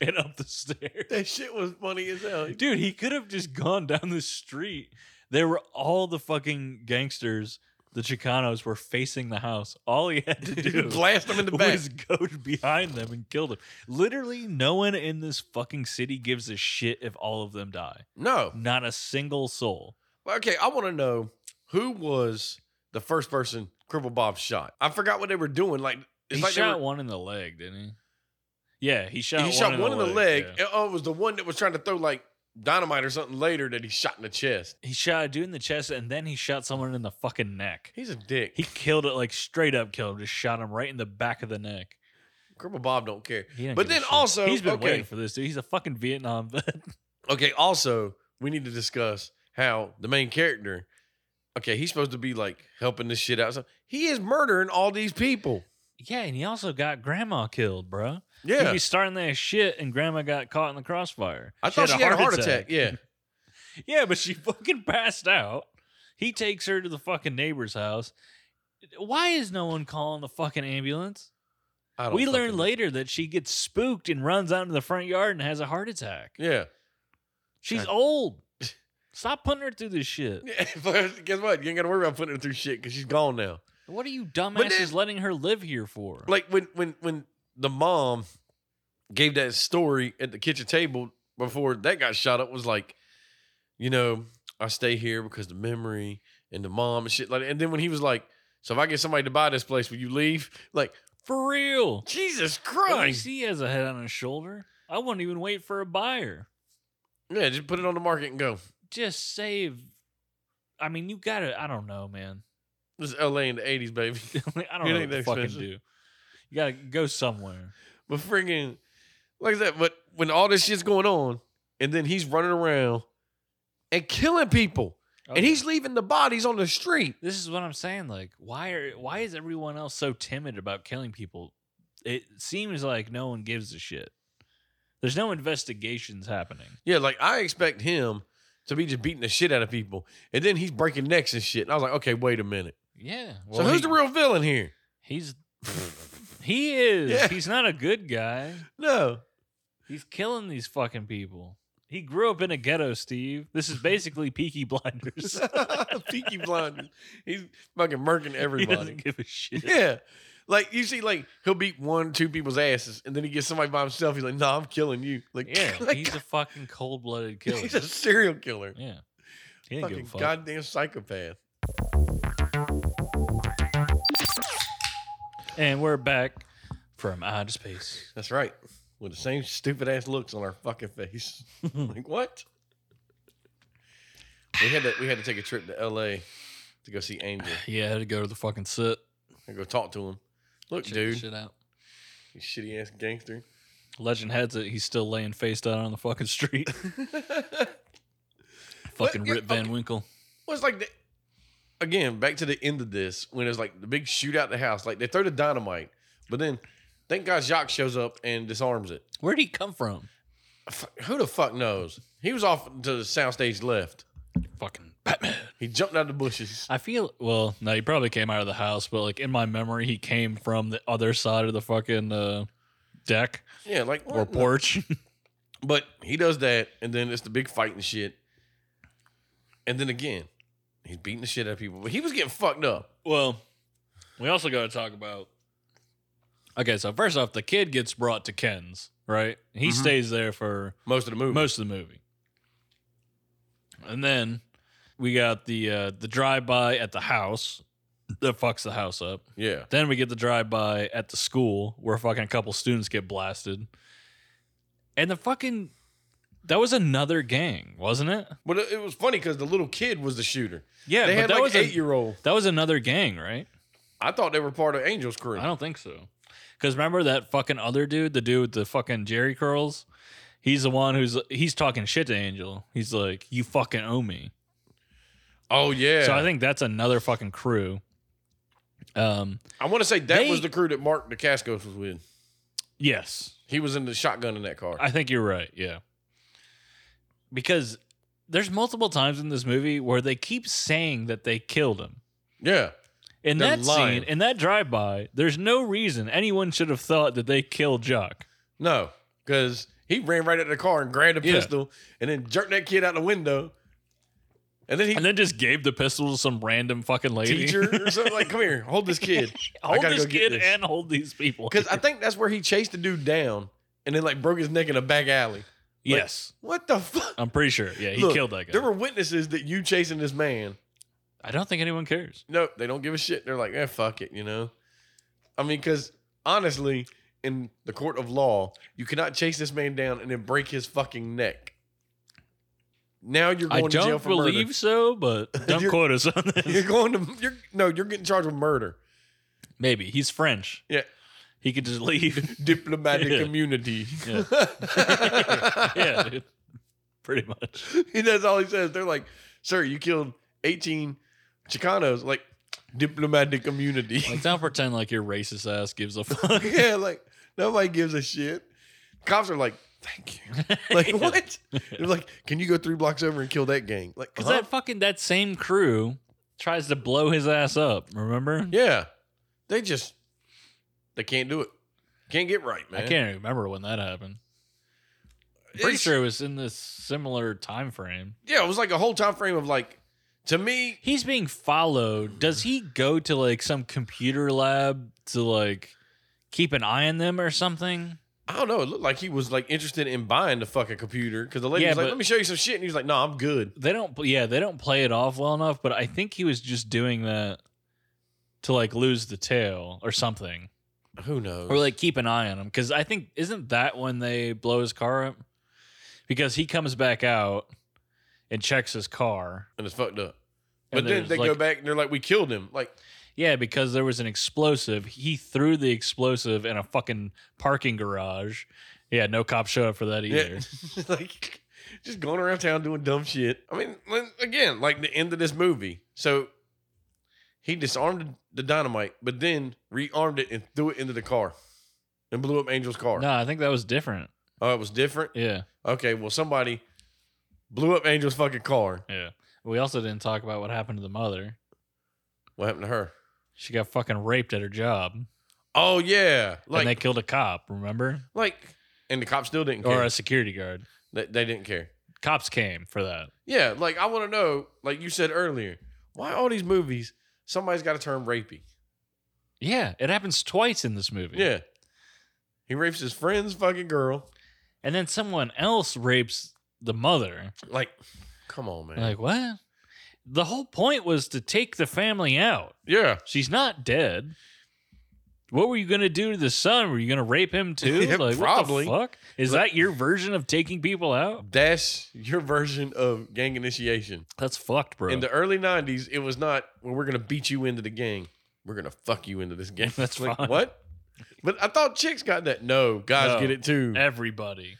and up the stairs. that shit was funny as hell. Dude, he could have just gone [laughs] down the street. There were all the fucking gangsters. The Chicanos were facing the house. All he had to [laughs] do [laughs] blast him in the back. was go behind them and kill them. Literally, no one in this fucking city gives a shit if all of them die. no, Not a single soul. Okay, I want to know who was the first person Cripple Bob shot. I forgot what they were doing. Like it's he like shot they were, one in the leg, didn't he? Yeah, he shot. he one shot in one the in the leg. yeah. and- Oh, it was the one that was trying to throw like dynamite or something later that he shot in the chest. He shot a dude in the chest, and then he shot someone in the fucking neck. He's a dick. He killed it like straight up, killed him. Just shot him right in the back of the neck. Cripple Bob don't care. He didn't But give a then shit. also- he's been okay. waiting for this dude. He's a fucking [laughs] Vietnam vet. Okay, also we need to discuss how the main character. okay, he's supposed to be like helping this shit out. So he is murdering all these people. Yeah, and he also got grandma killed, bro. He'd Yeah. be starting that shit, and grandma got caught in the crossfire. I thought she had a heart attack. Yeah. Yeah, but she [laughs] fucking passed out. He takes her to the fucking neighbor's house. Why is no one calling the fucking ambulance? I don't We fucking learn know. later that she gets spooked and runs out into the front yard and has a heart attack. Yeah. [laughs] She's God. [laughs] old. Stop putting her through this shit. yeah. But guess what? You ain't got to worry about putting her through shit because she's gone now. What are you dumbasses then- letting her live here for? Like when when when the mom gave that story at the kitchen table before that got shot up was like, you know, I stay here because the memory and the mom and shit like. And then when he was like, so if I get somebody to buy this place, will you leave? Like for real. Jesus At Christ. least he has a head on his shoulder. I wouldn't even wait for a buyer. Yeah, just put it on the market and go. Just save. I mean, you gotta. I don't know, man. [laughs] This is LA in the eighties, baby. Like, I don't It know what ain't that to fucking expensive. do. You gotta go somewhere. But friggin' like that, but when all this shit's going on, and then he's running around and killing people. Okay. And he's leaving the bodies on the street. This is what I'm saying. Like, why are why is everyone else so timid about killing people? It seems like no one gives a shit. There's no investigations happening. Yeah, like I expect him to be just beating the shit out of people. And then he's breaking necks and shit. And I was like, okay, wait a minute. Yeah. so who's he- the real villain here? He's [laughs] he is. Yeah. He's not a good guy. [laughs] No. He's killing these fucking people. He grew up in a ghetto, Steve. This is basically Peaky [laughs] Blinders. Peaky Blinders. He's fucking [laughs] murking he everybody. doesn't give a shit. [laughs] Yeah. Like you see, like he'll beat one, two people's asses, and then he gets somebody by himself. He's like, "No, nah, I'm killing you." Like, [laughs] Yeah, [laughs] like, he's a fucking cold blooded killer. he's a serial killer, yeah. He didn't give a fucking fuck. goddamn psychopath. And we're back from outer space. That's right, with the same stupid ass looks on our fucking face. like what? We had to we had to take a trip to L.A. to go see Angel Yeah, I had to go to the fucking sit. and go talk to him. Look, Check the dude, shit out. you shitty ass gangster. Legend has it he's still laying face down on the fucking street. fucking yeah, Rip Van okay. Winkle. Well, it's like the, again back to the end of this when it's like the big shootout at the house. Like they throw the dynamite, but then thank God Jacques shows up and disarms it. Where'd he come from? F- Who the fuck knows? He was off to the soundstage left. Fucking Batman. He jumped out of the bushes. I feel well. No, he probably came out of the house, but like in my memory, he came from the other side of the fucking uh, deck Yeah, like or what the- porch. [laughs] But he does that, and then it's the big fight and shit. And then again, he's beating the shit out of people. But he was getting fucked up. well, we also got to talk about. Okay, so first off, the kid gets brought to Ken's, right? Mm-hmm. He stays there for Most of the movie. most of the movie, and then we got the uh, the drive by at the house that fucks the house up. yeah. Then we get the drive by at the school where fucking a couple students get blasted. And the fucking that was another gang, wasn't it? But it, it was funny because the little kid was the shooter. Yeah, They had that like was eight year old. that was another gang, right? I thought they were part of Angel's crew. I don't think so. Cuz remember that fucking other dude, the dude with the fucking jerry curls? He's the one who's he's talking shit to Angel. He's like, "You fucking owe me." Oh yeah. So I think that's another fucking crew. Um I want to say that They- was the crew that Mark DeCascos was with. yes, He was in the shotgun in that car. I think you're right. Yeah. Because there's multiple times in this movie where they keep saying that they killed him. yeah. In They're that lying. scene, in that drive by, there's no reason anyone should have thought that they killed Jock. No, because he ran right at the car and grabbed a Yeah. pistol and then jerked that kid out the window. And then he And then just gave the pistol to some random fucking lady. [laughs] teacher or something like, "Come here, hold this kid." hold gotta this go get kid this. and hold these people. Because I think that's where he chased the dude down and then like broke his neck in a back alley. yes. What the fuck? I'm pretty sure. Yeah, he Look, killed that guy. There were witnesses that you chasing this man. I don't think anyone cares. No, they don't give a shit. They're like, eh, fuck it, you know. I mean, because honestly, in the court of law, you cannot chase this man down and then break his fucking neck. Now you're I going to jail don't for believe murder. so, but don't You're- quote us on this. [laughs] You're going to you're no, you're getting charged with murder. Maybe he's French. Yeah. He could just leave. [laughs] Diplomatic Yeah. community. Yeah. [laughs] yeah, [laughs] dude. Pretty much. And that's all he says. They're like, sir, you killed 18 Chicanos, like diplomatic immunity. Like, don't pretend like your racist ass gives a [laughs] fuck. [laughs] yeah, like nobody gives a shit. Cops are like, thank you. [laughs] Like what? They're like, can you go three blocks over and kill that gang? Like, Because huh? that fucking that same crew tries to blow his ass up. Remember? yeah, they just they can't do it. Can't get right, I man. can't even remember when that happened. I'm pretty It's- sure it was in this similar time frame. Yeah, it was like a whole time frame of like, to me, He's being followed. Does he go to like some computer lab to like keep an eye on them or something? I don't know. It looked like he was like interested in buying the fucking computer because the lady Yeah, was like, but- "Let me show you some shit," and he was like, "No, I'm good." They don't. Yeah, they don't play it off well enough. But I think he was just doing that to like lose the tail or something, Who knows? or like keep an eye on him. Because I think isn't that when they blow his car up? Because he comes back out and checks his car. and it's fucked up. and But then there's, they like, go back and they're like, "We killed him." Like, Yeah, because there was an explosive. He threw the explosive in a fucking parking garage. Yeah, no cops show up for that either. yeah, [laughs] like just going around town doing dumb shit. I mean, when- again, like the end of this movie. So he disarmed the dynamite, but then rearmed it and threw it into the car and blew up Angel's car. No, I think that was different. Oh, it was different. Yeah, Okay, well, somebody blew up Angel's fucking car. yeah. We also didn't talk about what happened to the mother. What happened to her? She got fucking raped at her job, Oh yeah, like and they killed a cop. Remember, like, and the cops still didn't care. or a security guard. they, they didn't care. Cops came for that. Yeah, like I want to know, like you said earlier, why all these movies somebody's got a term rapey? Yeah, it happens twice in this movie. Yeah, he rapes his friend's fucking girl. and then someone else rapes the mother. Like, come on, man. Like what? The whole point was to take the family out. yeah, She's not dead. What were you gonna do to the son? Were you gonna rape him too? [laughs] Yeah, like what the probably. fuck? Is that your version of taking people out? that's your version of gang initiation. That's fucked, bro. In the early '90s, it was not well. We're gonna beat you into the gang. We're gonna fuck you into this gang. [laughs] That's like fine. what? But I thought chicks got that. No, guys No. get it too. Everybody.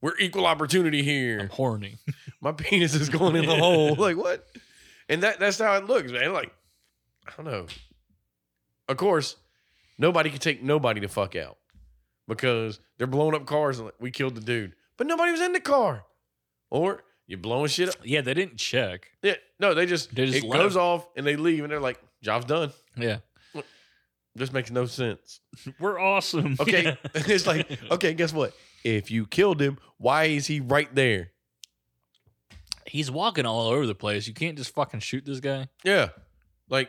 We're equal opportunity here. I'm horny. [laughs] my [laughs] penis is going in the hole. Like what? And that that's how it looks, man. Like I don't know. Of course, nobody can take nobody the fuck out because they're blowing up cars and like, we killed the dude, but nobody was in the car. Or you're blowing shit up. yeah, they didn't check. Yeah, no, they just, They just it left. goes off and they leave and they're like, "Job's done." Yeah. This makes no sense. We're awesome. [laughs] Okay, [laughs] Yeah. it's like okay, guess what? If you killed him, why is he right there? He's walking all over the place. You can't just fucking shoot this guy. Yeah, like,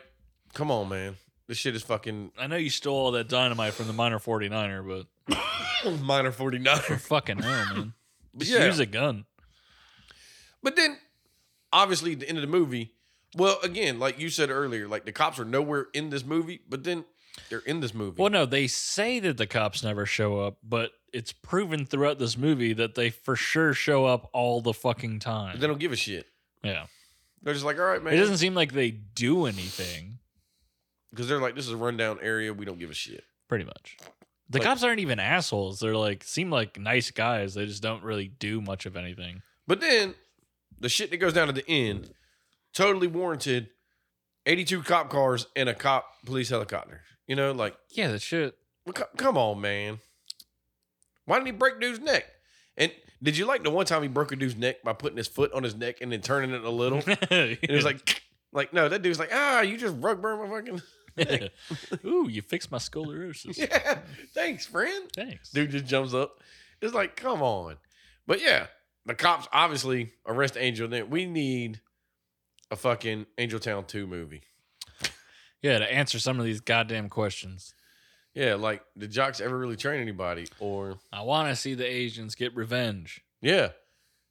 come on, man. This shit is fucking I know you stole all that dynamite from the minor 49er, but [laughs] minor 49. for fucking hell, man. But Just yeah. use a gun. But then, obviously, at the end of the movie, well, again, like you said earlier, like the cops are nowhere in this movie, but then they're in this movie. Well, no, they say that the cops never show up, but it's proven throughout this movie that they for sure show up all the fucking time. They don't give a shit. yeah. They're just like, all right, It man. doesn't seem like they do anything, Because they're like, this is a rundown area. We don't give a shit. pretty much. The Like- cops aren't even assholes. They're like, seem like nice guys. They just don't really do much of anything. But then the shit that goes down at the end, totally warranted 82 cop cars and a cop police helicopter. You know, like, Yeah, that [laughs] shit. Well, co- come on, man. Why didn't he break dude's neck? And did you like the one time he broke a dude's neck by putting his foot on his neck and then turning it a little? And it [laughs] was like, [laughs] like no, that dude's like, ah, you just rug burned my fucking. [laughs] ooh, you fixed my scoliosis. Yeah, thanks, friend. Thanks. Dude just jumps up. It's like, come on. But yeah, the cops obviously arrest Angel. Then we need a fucking Angel Town two movie. Yeah, to answer some of these goddamn questions. Yeah, like did jocks ever really train anybody? Or I want to see the Asians get revenge. yeah,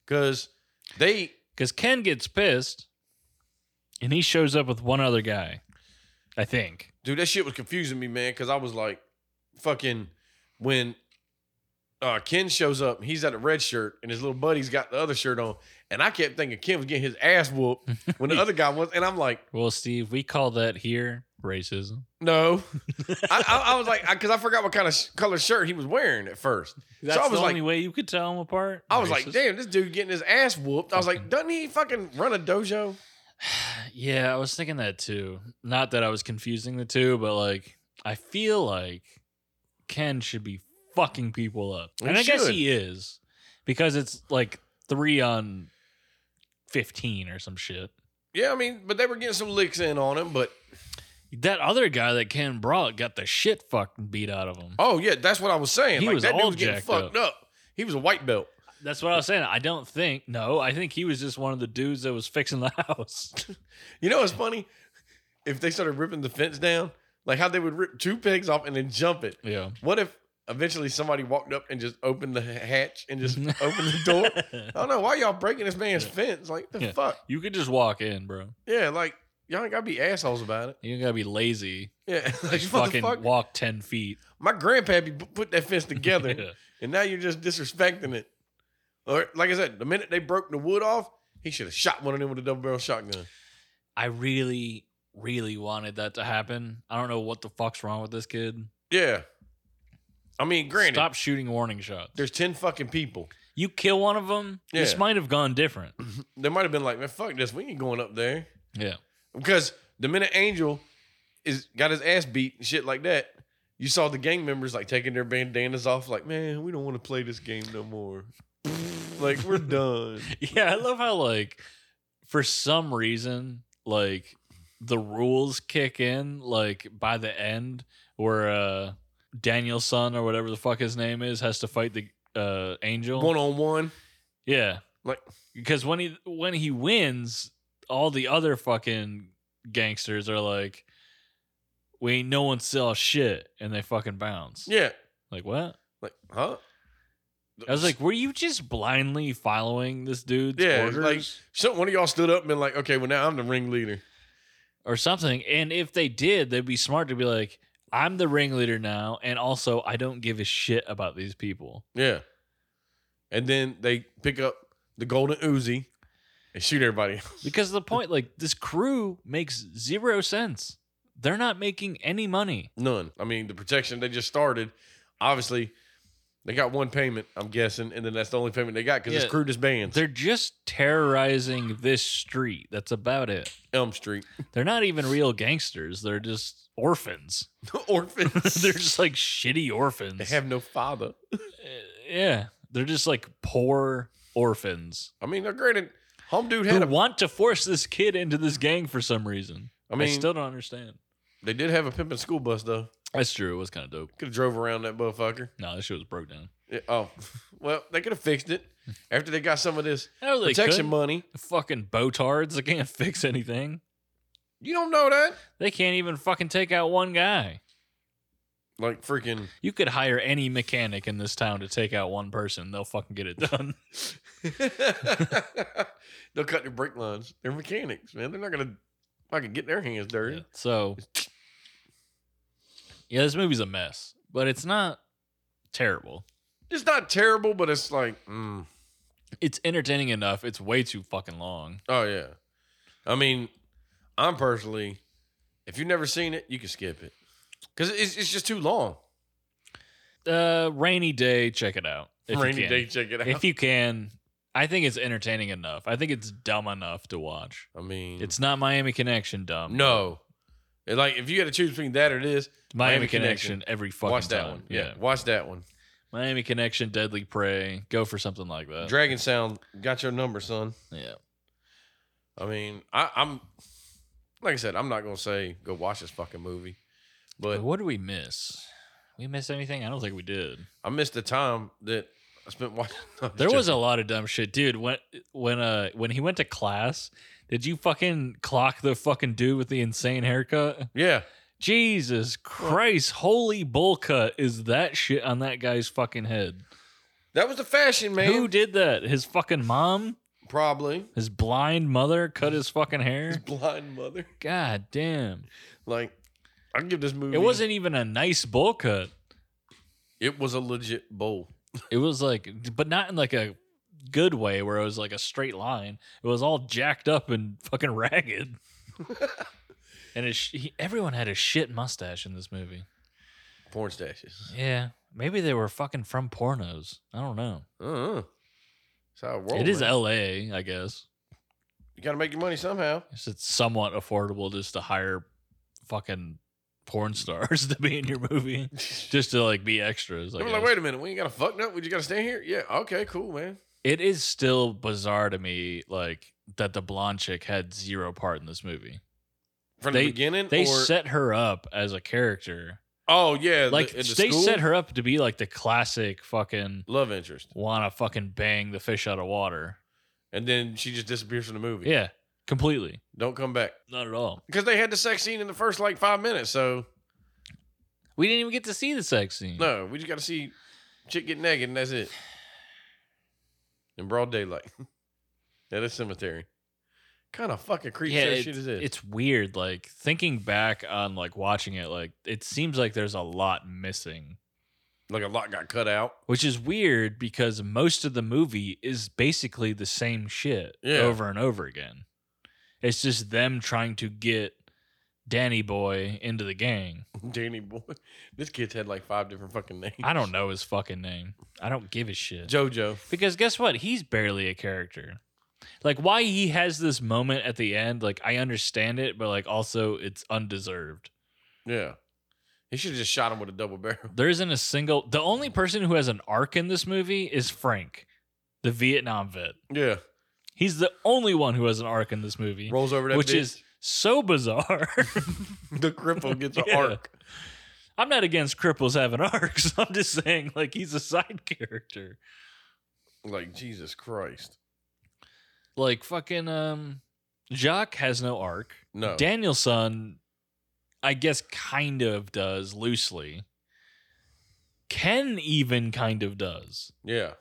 because they Because Ken gets pissed and he shows up with one other guy, I think. dude, that shit was confusing me, man, because I was like, fucking, when uh, Ken shows up, he's got a red shirt, and his little buddy's got the other shirt on, and I kept thinking Ken was getting his ass whooped when the other guy was, and I'm like, Well, Steve, we call that here racism. no, [laughs] I, I, I was like, because I, forgot what kind of sh- color shirt he was wearing at first, That's so I was the like. only way you could tell them apart. I was like, Racist. damn, this dude getting his ass whooped. I was like, doesn't he fucking run a dojo? yeah, I was thinking that too. Not that I was confusing the two, but like I feel like Ken should be fucking people up. He and I guess should. he is. Because it's like three on fifteen or some shit. Yeah, I mean, but they were getting some licks in on him, but That other guy that Ken brought got the shit fucking beat out of him. oh yeah, that's what I was saying. He like was that dude all was getting jacked fucked up. He was a white belt. That's what I was saying. I don't think no, I think he was just one of the dudes that was fixing the [laughs] house. You know what's funny? If they started ripping the fence down, like how they would rip two pegs off and then jump it. yeah. What if eventually somebody walked up and just opened the hatch and [laughs] just opened the door? I don't know why y'all breaking this man's fence. Like the Yeah. fuck? You could just walk in, bro. Yeah, like y'all ain't gotta be assholes about it. You ain't gotta be lazy. Yeah, [laughs] like Just fucking fucking. walk ten feet. My grandpappy p- put that fence together, [laughs] Yeah. and now you're just disrespecting it. Or like I said, the minute they broke the wood off, he should have shot one of them with a double barrel shotgun. I really, really wanted that to happen. I don't know what the fuck's wrong with this kid. Yeah, I mean, granted, Stop shooting warning shots. there's ten fucking people. you kill one of them, this Yeah. might have gone different. They might have been like, man, fuck this, we ain't going up there Yeah. because the minute Angel is got his ass beat and shit like that. You saw the gang members like taking their bandanas off, like, man, we don't want to play this game no more. like, [laughs] we're done. Yeah, I love how like for some reason, like the rules kick in like by the end where uh Daniel's son or whatever the fuck his name is has to fight the uh angel. One on one. Yeah. Like- because when he when he wins, all the other fucking gangsters are like, "We ain't no one sell shit," and they fucking bounce. Yeah. Like what? Like, huh? I was like, "Were you just blindly following this dude's Yeah, it's orders like- so one of y'all stood up and been like, okay, well now I'm the ringleader. or something?" And if they did, they'd be smart to be like, "I'm the ringleader now, and also I don't give a shit about these people." Yeah. And then they pick up the golden Uzi and shoot everybody. Because the point, like, this crew makes zero sense. They're not making any money. None. I mean, the protection they just started, obviously, they got one payment, I'm guessing, and then that's the only payment they got because Yeah. it's crew disbands. They're just terrorizing this street. That's about it. [laughs] Elm Street. They're not even real gangsters. They're just orphans. [laughs] Orphans. they're just like shitty orphans. they have no father. Uh, yeah. They're just like poor orphans I mean, now granted, home dude who had a want to force this kid into this gang for some reason. I I mean mean, I still don't understand. they did have a pimping school bus though. That's true. It was kind of dope. Could have drove around that motherfucker. No, that shit was broke down. Yeah, oh. [laughs] Well, they could have fixed it after they got some of this How they protection couldn't? money. Fucking botards. They can't [laughs] fix anything. You don't know that. They can't even fucking take out one guy. Like freaking [laughs] [laughs] You could hire any mechanic in this town to take out one person. They'll fucking get it [laughs] done. They'll cut their brake lines. They're mechanics, man. They're not gonna fucking get their hands dirty. Yeah, So, yeah, this movie's a mess, but it's not terrible. It's not terrible, but it's like mm. It's entertaining enough. It's way too fucking long. oh yeah. I mean, I'm personally if you've never seen it, you can skip it. Cause it's it's just too long. Uh, rainy day, check it out. if you Rainy can. day, check it out. If you can, I think it's entertaining enough. I think it's dumb enough to watch. I mean It's not Miami Connection dumb. no. It- Like if you had to choose between that or this, It's Miami, Miami Connection, every fucking watch that time. one. Yeah. watch that one. Miami Connection, Deadly Prey. Go for something like that. Dragon Sound got your number, son. yeah. I mean, I, I'm like I said, I'm not gonna say go watch this fucking movie, but what did we miss? We miss anything? I don't think we did. I missed the time that I spent watching. [laughs] I'm There was joking. a lot of dumb shit, dude. When when uh when he went to class, did you fucking clock the fucking dude with the insane haircut? yeah, Jesus Christ, holy bull cut is that shit on that guy's fucking head? that was the fashion man. Who did that? His fucking mom, Probably [laughs] his blind mother, cut his fucking his hair. blind mother. God damn! Like I can give this movie. It wasn't even a nice bull cut. It was a legit bowl. It was like, but not in like a good way where it was like a straight line. It was all jacked up and fucking ragged. and it sh- he, everyone had a shit mustache in this movie. Porn stashes. Yeah. Maybe they were fucking from pornos. I don't know. Uh-uh. That's Uh-huh. how it rolls. it is man. LA, I guess. You got to make your money somehow. Yes, it's somewhat affordable just to hire fucking porn stars [laughs] to be in your movie just to like be extras. I I'm guess. like, wait a minute, we ain't got to fuck up. We just got to stay here. Yeah, okay, cool, man. It is still bizarre to me, like that the blonde chick had zero part in this movie. From They- the beginning, They or, set her up as a character. oh yeah, Like the, at the they school? set her up to be like the classic fucking love interest, wanna fucking bang the fish out of water. and then she just disappears from the movie. Yeah, completely. don't come back Not at all. because they had the sex scene in the first like five minutes. So We didn't even get to see the sex scene. no, we just got to see chick get naked, and that's it. In broad daylight, [laughs] at a cemetery. Kind of fucking creepy yeah, ass it, shit is this? it's weird. Like thinking back on like watching it, like it seems like there's a lot missing, like a lot got cut out. [laughs] which is weird because most of the movie is basically the same shit Yeah. over and over again. It's just them trying to get Danny Boy into the gang. Danny boy, this kid's had like five different fucking names. I don't know his fucking name. I don't give a shit. JoJo. Because guess what? He's barely a character. Like why he has this moment at the end, like I understand it, but like also it's undeserved. Yeah, he should have just shot him with a double barrel. [laughs] There isn't a single the only person who has an arc in this movie is Frank, the Vietnam vet. Yeah, He's the only one who has an arc in this movie, rolls over that which bitch. is so bizarre. [laughs] the cripple gets an [laughs] Yeah. arc. I'm not against cripples having [laughs] arcs. I'm just saying like he's a side [laughs] character. Like Jesus Christ. Like fucking um Jacques has no arc. No. Danielson, I guess, kind of does loosely. Ken even kind of does. yeah.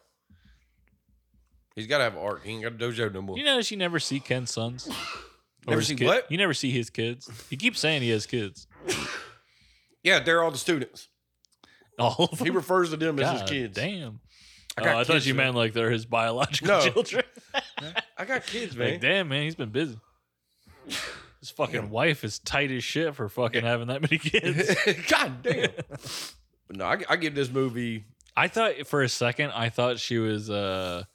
He's got to have an arc. He ain't got a dojo no more. You notice you never see Ken's [laughs] sons. Or Never his see kid- what? You never see his kids. He keeps saying he has kids. [laughs] yeah, they're all the students. All of [laughs] He them. refers to them as God his kids. Damn. I I, got oh, I kids, thought you man. meant like they're his biological No. [laughs] children. I got kids, man. like, damn, man, he's been [laughs] busy. His fucking Yeah. wife is tight as shit for fucking having that many kids. [laughs] God damn. But no, I, I give this movie. I thought for a second I thought she was a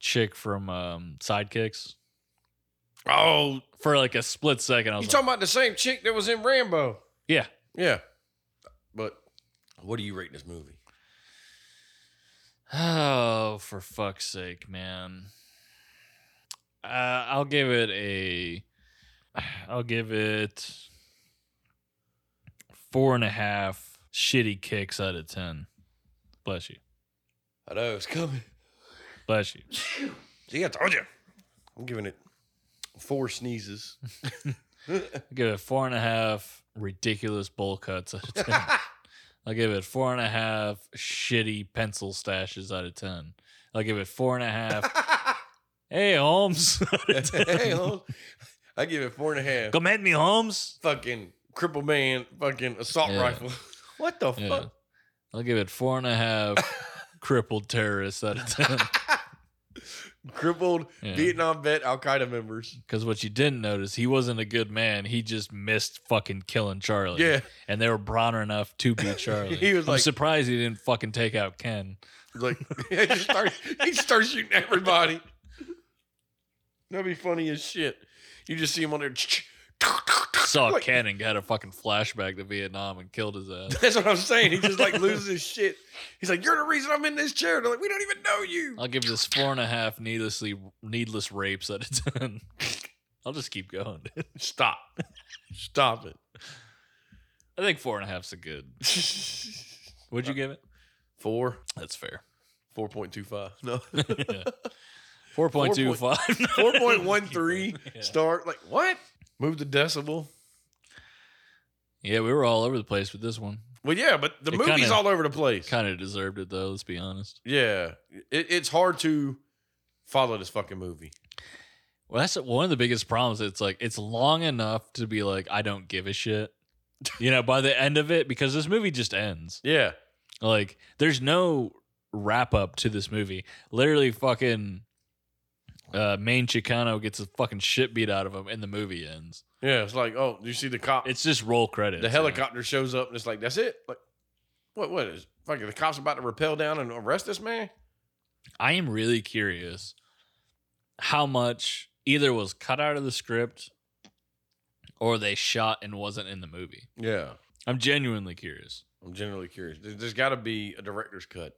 chick from um, Sidekicks. Oh, For like a split second, I you was talking about the same chick that was in Rambo? like, "Yeah, Yeah. But what do you rate this movie? oh for fuck's sake, man." Uh, I'll give it a, [sighs] I'll give it four and a half shitty kicks out of ten. Bless you, I know it's coming. bless you. See, I told you. I'm giving it four sneezes. [laughs] I'll give it four and a half ridiculous bowl cuts out of ten. I'll give it four and a half shitty pencil stashes out of ten. I'll give it four and a half. hey, Holmes. [laughs] out of 10. Hey, Holmes, I give it four and a half. Come at me, Holmes. Fucking cripple man, fucking assault Yeah. rifle. [laughs] What the Yeah. fuck? I'll give it four and a [laughs] half crippled terrorists out of ten. Crippled Yeah. Vietnam vet Al Qaeda members. Because what you didn't notice, he wasn't a good man. He just missed fucking killing Charlie. Yeah. And they were brawner enough to [laughs] be Charlie. He was I'm like- surprised he didn't fucking take out Ken. Like [laughs] he just starts he starts shooting everybody. That'd be funny as shit. You just see him on there. [laughs] Saw Like, Ken and got a fucking flashback to Vietnam and killed his [laughs] ass. That's what I'm saying. He just like loses his shit. He's like, You're the reason I'm in this chair. They're like, We don't even know you. I'll give this four and a half needlessly needless rapes out of [laughs] ten. I'll just keep going. dude. Stop. Stop it. [laughs] I think four and a half's a good. What'd Uh, you give it? Four. That's [laughs] fair. Four point two five. No. [laughs] Four point two five. Four point one three [laughs] Yeah. star. Like what? Move the decibel. [laughs] Yeah, we were all over the place with this one. Well, yeah, but the It movie's kinda- all over the place. Kind of deserved it though. Let's be honest. Yeah, it, it's hard to follow this fucking movie. Well, that's one of the biggest problems. It's like it's long enough to be like I don't give a shit. You know, by the end of it, because this movie just ends. Yeah, Like, there's no wrap up to this movie. Literally, fucking uh, main Chicano gets his fucking shit beat out of him, and the movie ends. yeah. It's like, oh, you see the cop? It's just roll credits. the helicopter shows up, and it's like, that's it. Like, what? What is fucking the cops about to rappel down and arrest this man? I am really curious how much either was cut out of the script or they shot and wasn't in the movie. Yeah. I'm genuinely curious. I'm generally curious. There- There's got to be a director's cut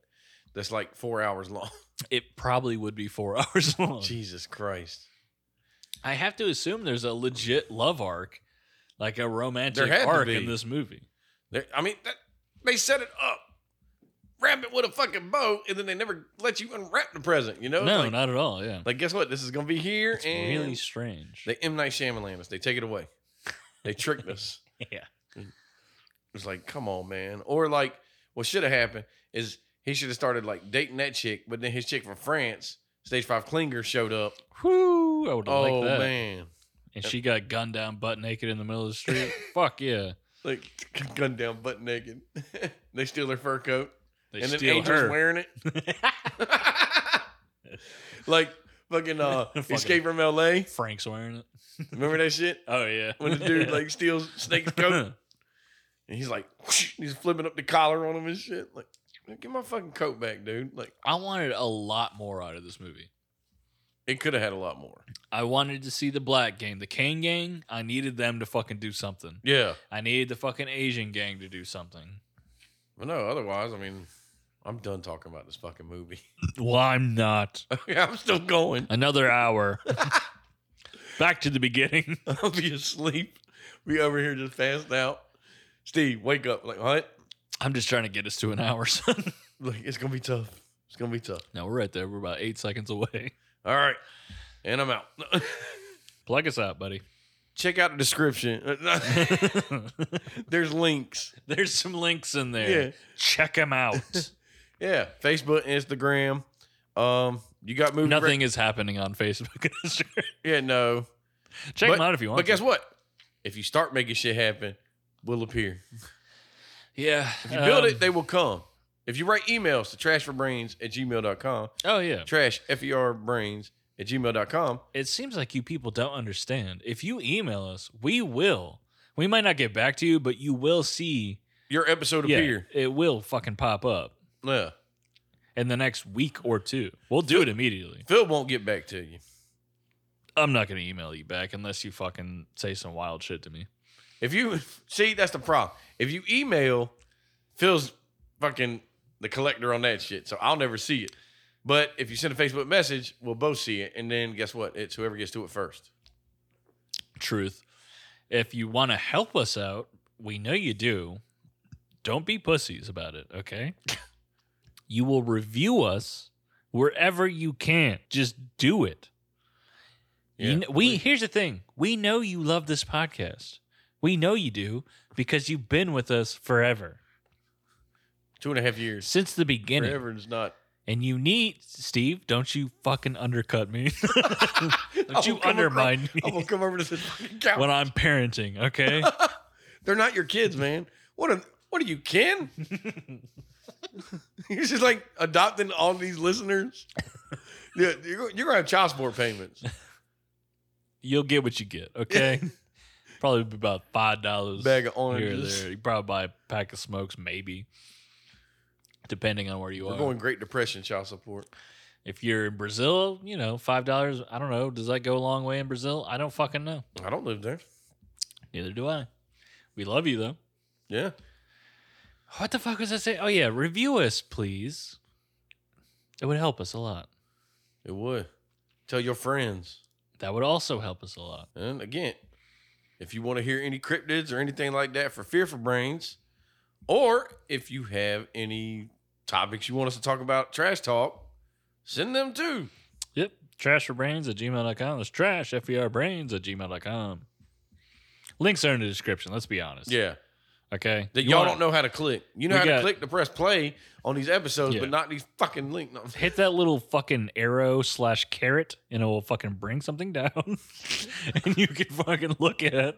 that's like four [laughs] hours long. It probably would be [laughs] four hours long. Jesus Christ. I have to assume there's a legit love arc, like a romantic had to arc be. in this movie. There- I mean, that, they set it up. Wrap it with a fucking bow, and then they never let you unwrap the present. You know? No, like, not at all. Yeah, like guess what? This is gonna be here, it's and really strange. they M Night Shyamalan us. They take it away. [laughs] They tricked us. yeah, It's like, come on, man. Or like, what should have happened is he should have started like dating that chick, but then his chick from France, stage five clinger, showed up. whoo! I would have Oh liked that. man, And she got gunned down, butt naked in the middle of the [laughs] street. Fuck yeah! like [laughs] gunned down, butt naked. [laughs] they steal her fur coat, They and then steal Angel's her. wearing it. [laughs] like fucking uh, [laughs] Fucking- escape from L.A. Frank's wearing it. Remember that shit Oh yeah, when the [laughs] dude like steals Snake's coat. And he's like, [laughs] he's flipping up the collar on him and shit. Like, "Man, get my fucking coat back, dude. Like, I wanted a lot more out of this movie. it could have had a lot more. I wanted to see the black gang, the Kane gang. I needed them to fucking do something. Yeah. I needed the fucking Asian gang to do something. But no, otherwise, I mean, I'm done talking about this fucking movie. [laughs] Well, I'm not. I'm still going. [laughs] Another hour. [laughs] Back to the beginning. [laughs] I'll be asleep. We over here just passed out. Steve, wake up. Like, what? I'm just trying to get us to an hour, son. [laughs] Like, it's going to be tough. It's going to be tough. No, we're right there. We're about eight seconds away. [laughs] All right. And I'm out. [laughs] Plug us out, buddy. Check out the description. [laughs] There's links. There's some links in there. Yeah. Check them [laughs] out. Yeah. Facebook, Instagram. Um, you got movie. rec- Nothing is happening on Facebook. [laughs] and Instagram. yeah, no. Check But- them out if you want. But guess to. what? If you start making shit happen, we'll appear. Yeah. If you build um, it, they will come. If you write emails to trashforbrains at gmail.com, Oh yeah. trash F-E-R-brains at gmail.com, It seems like you people don't understand. If you email us, we will. We might not get back to you, but you will see. your episode yeah, appear. it will fucking pop up Yeah. in the next week or two. We'll do it immediately. Phil won't get back to you. I'm not gonna email you back unless you fucking say some wild shit to me. If you [laughs] see, that's the problem. If you email, Phil's fucking the collector on that shit. So I'll never see it. But if you send a Facebook message, we'll both see it. And then guess what? It's whoever gets to it first. Truth. If you want to help us out, we know you do. Don't be pussies about it, okay? you will review us wherever you can. Just do it. You kn- we here's the thing. We know you love this podcast. We know you do because you've been with us forever Two and a half years. since the beginning. Forever is not. And you need Steve. Don't you fucking undercut me. [laughs] I will don't you come undermine across- I'm me gonna come over to this fucking couch. when I'm parenting. Okay. They're not your kids, man. What are what are you, [laughs] Ken? you're just like adopting all these listeners. Yeah, you're, you're gonna have child support payments. You'll get what you get. [laughs] Okay. Probably be about five dollars Bag of here or oranges. there. You probably buy a pack of smokes, maybe, depending on where you We're are. going Great Depression child support. if you're in Brazil, you know five dollars. I don't know. Does that go a long way in Brazil? I don't fucking know. I don't live there. Neither do I. We love you though. Yeah. What the fuck was I saying? Oh yeah, review us, please. It would help us a lot. It would. Tell your friends. That would also help us a lot. And again, if you want to hear any cryptids or anything like that for Fearful Brains, or if you have any topics you want us to talk about, trash talk, send them too. Yep. Trash for brains at gmail.com. That's trash FER brains at gmail.com. Links are in the description, let's be honest. Yeah. Okay. That You y'all wanna don't know how to click. You know We how to got- click to press play on these episodes, Yeah. but not these fucking link. No. [laughs] Hit that little fucking arrow slash carrot and it will fucking bring something [laughs] down. and you can fucking look at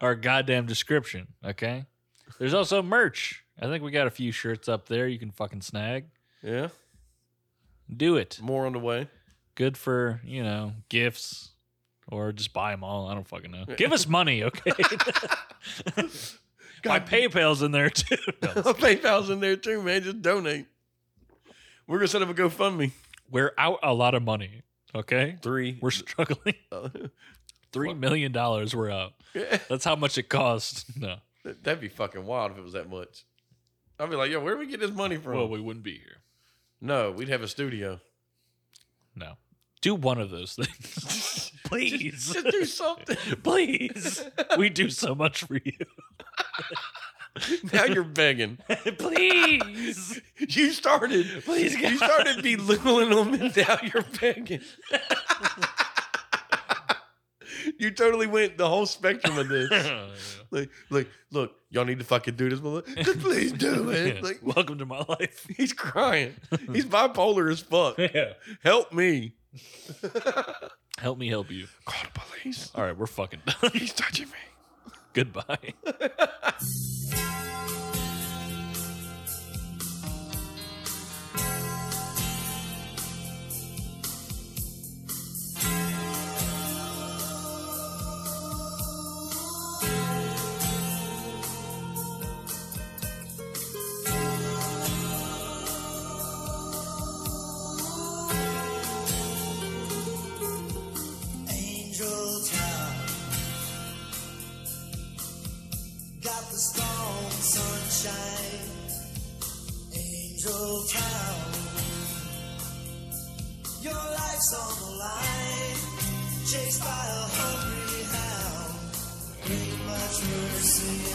our goddamn description. Okay. There's also merch. I think we got a few shirts up there you can fucking snag. Yeah. Do it. More on the way. good for you know gifts or just buy them all. I don't fucking know. Give us money, [laughs] okay? My PayPal's in there [laughs] too. No. PayPal's in there too, man. Just donate. We're gonna set up a GoFundMe. [laughs] We're out a lot of money. Okay, Three. we're struggling. Three What? million dollars we're up. Yeah, That's how much it costs. [laughs] No, that'd be fucking wild if it was that much. I'd be like, yo, where do we get this money from? well, we wouldn't be here. no, we'd have a studio. No, do one of those [laughs] things, please. Just do something. [laughs] [laughs] please, we do so much for you. now you're begging. [laughs] please, You started. Please, You started belittling them, and now you're begging. you totally went the whole spectrum of this. [laughs] Like, like, look, y'all need to fucking do this, but just please do it. Like, welcome to my life. he's crying. He's bipolar as [laughs] fuck. Yeah. Help me. Help me help you. Call the police. All right, we're fucking done. [laughs] He's touching me. Goodbye. Angel Town. Got the storm sunshine. Angel Town. Your life's on the line. Chased by a hungry hound. Ain't much mercy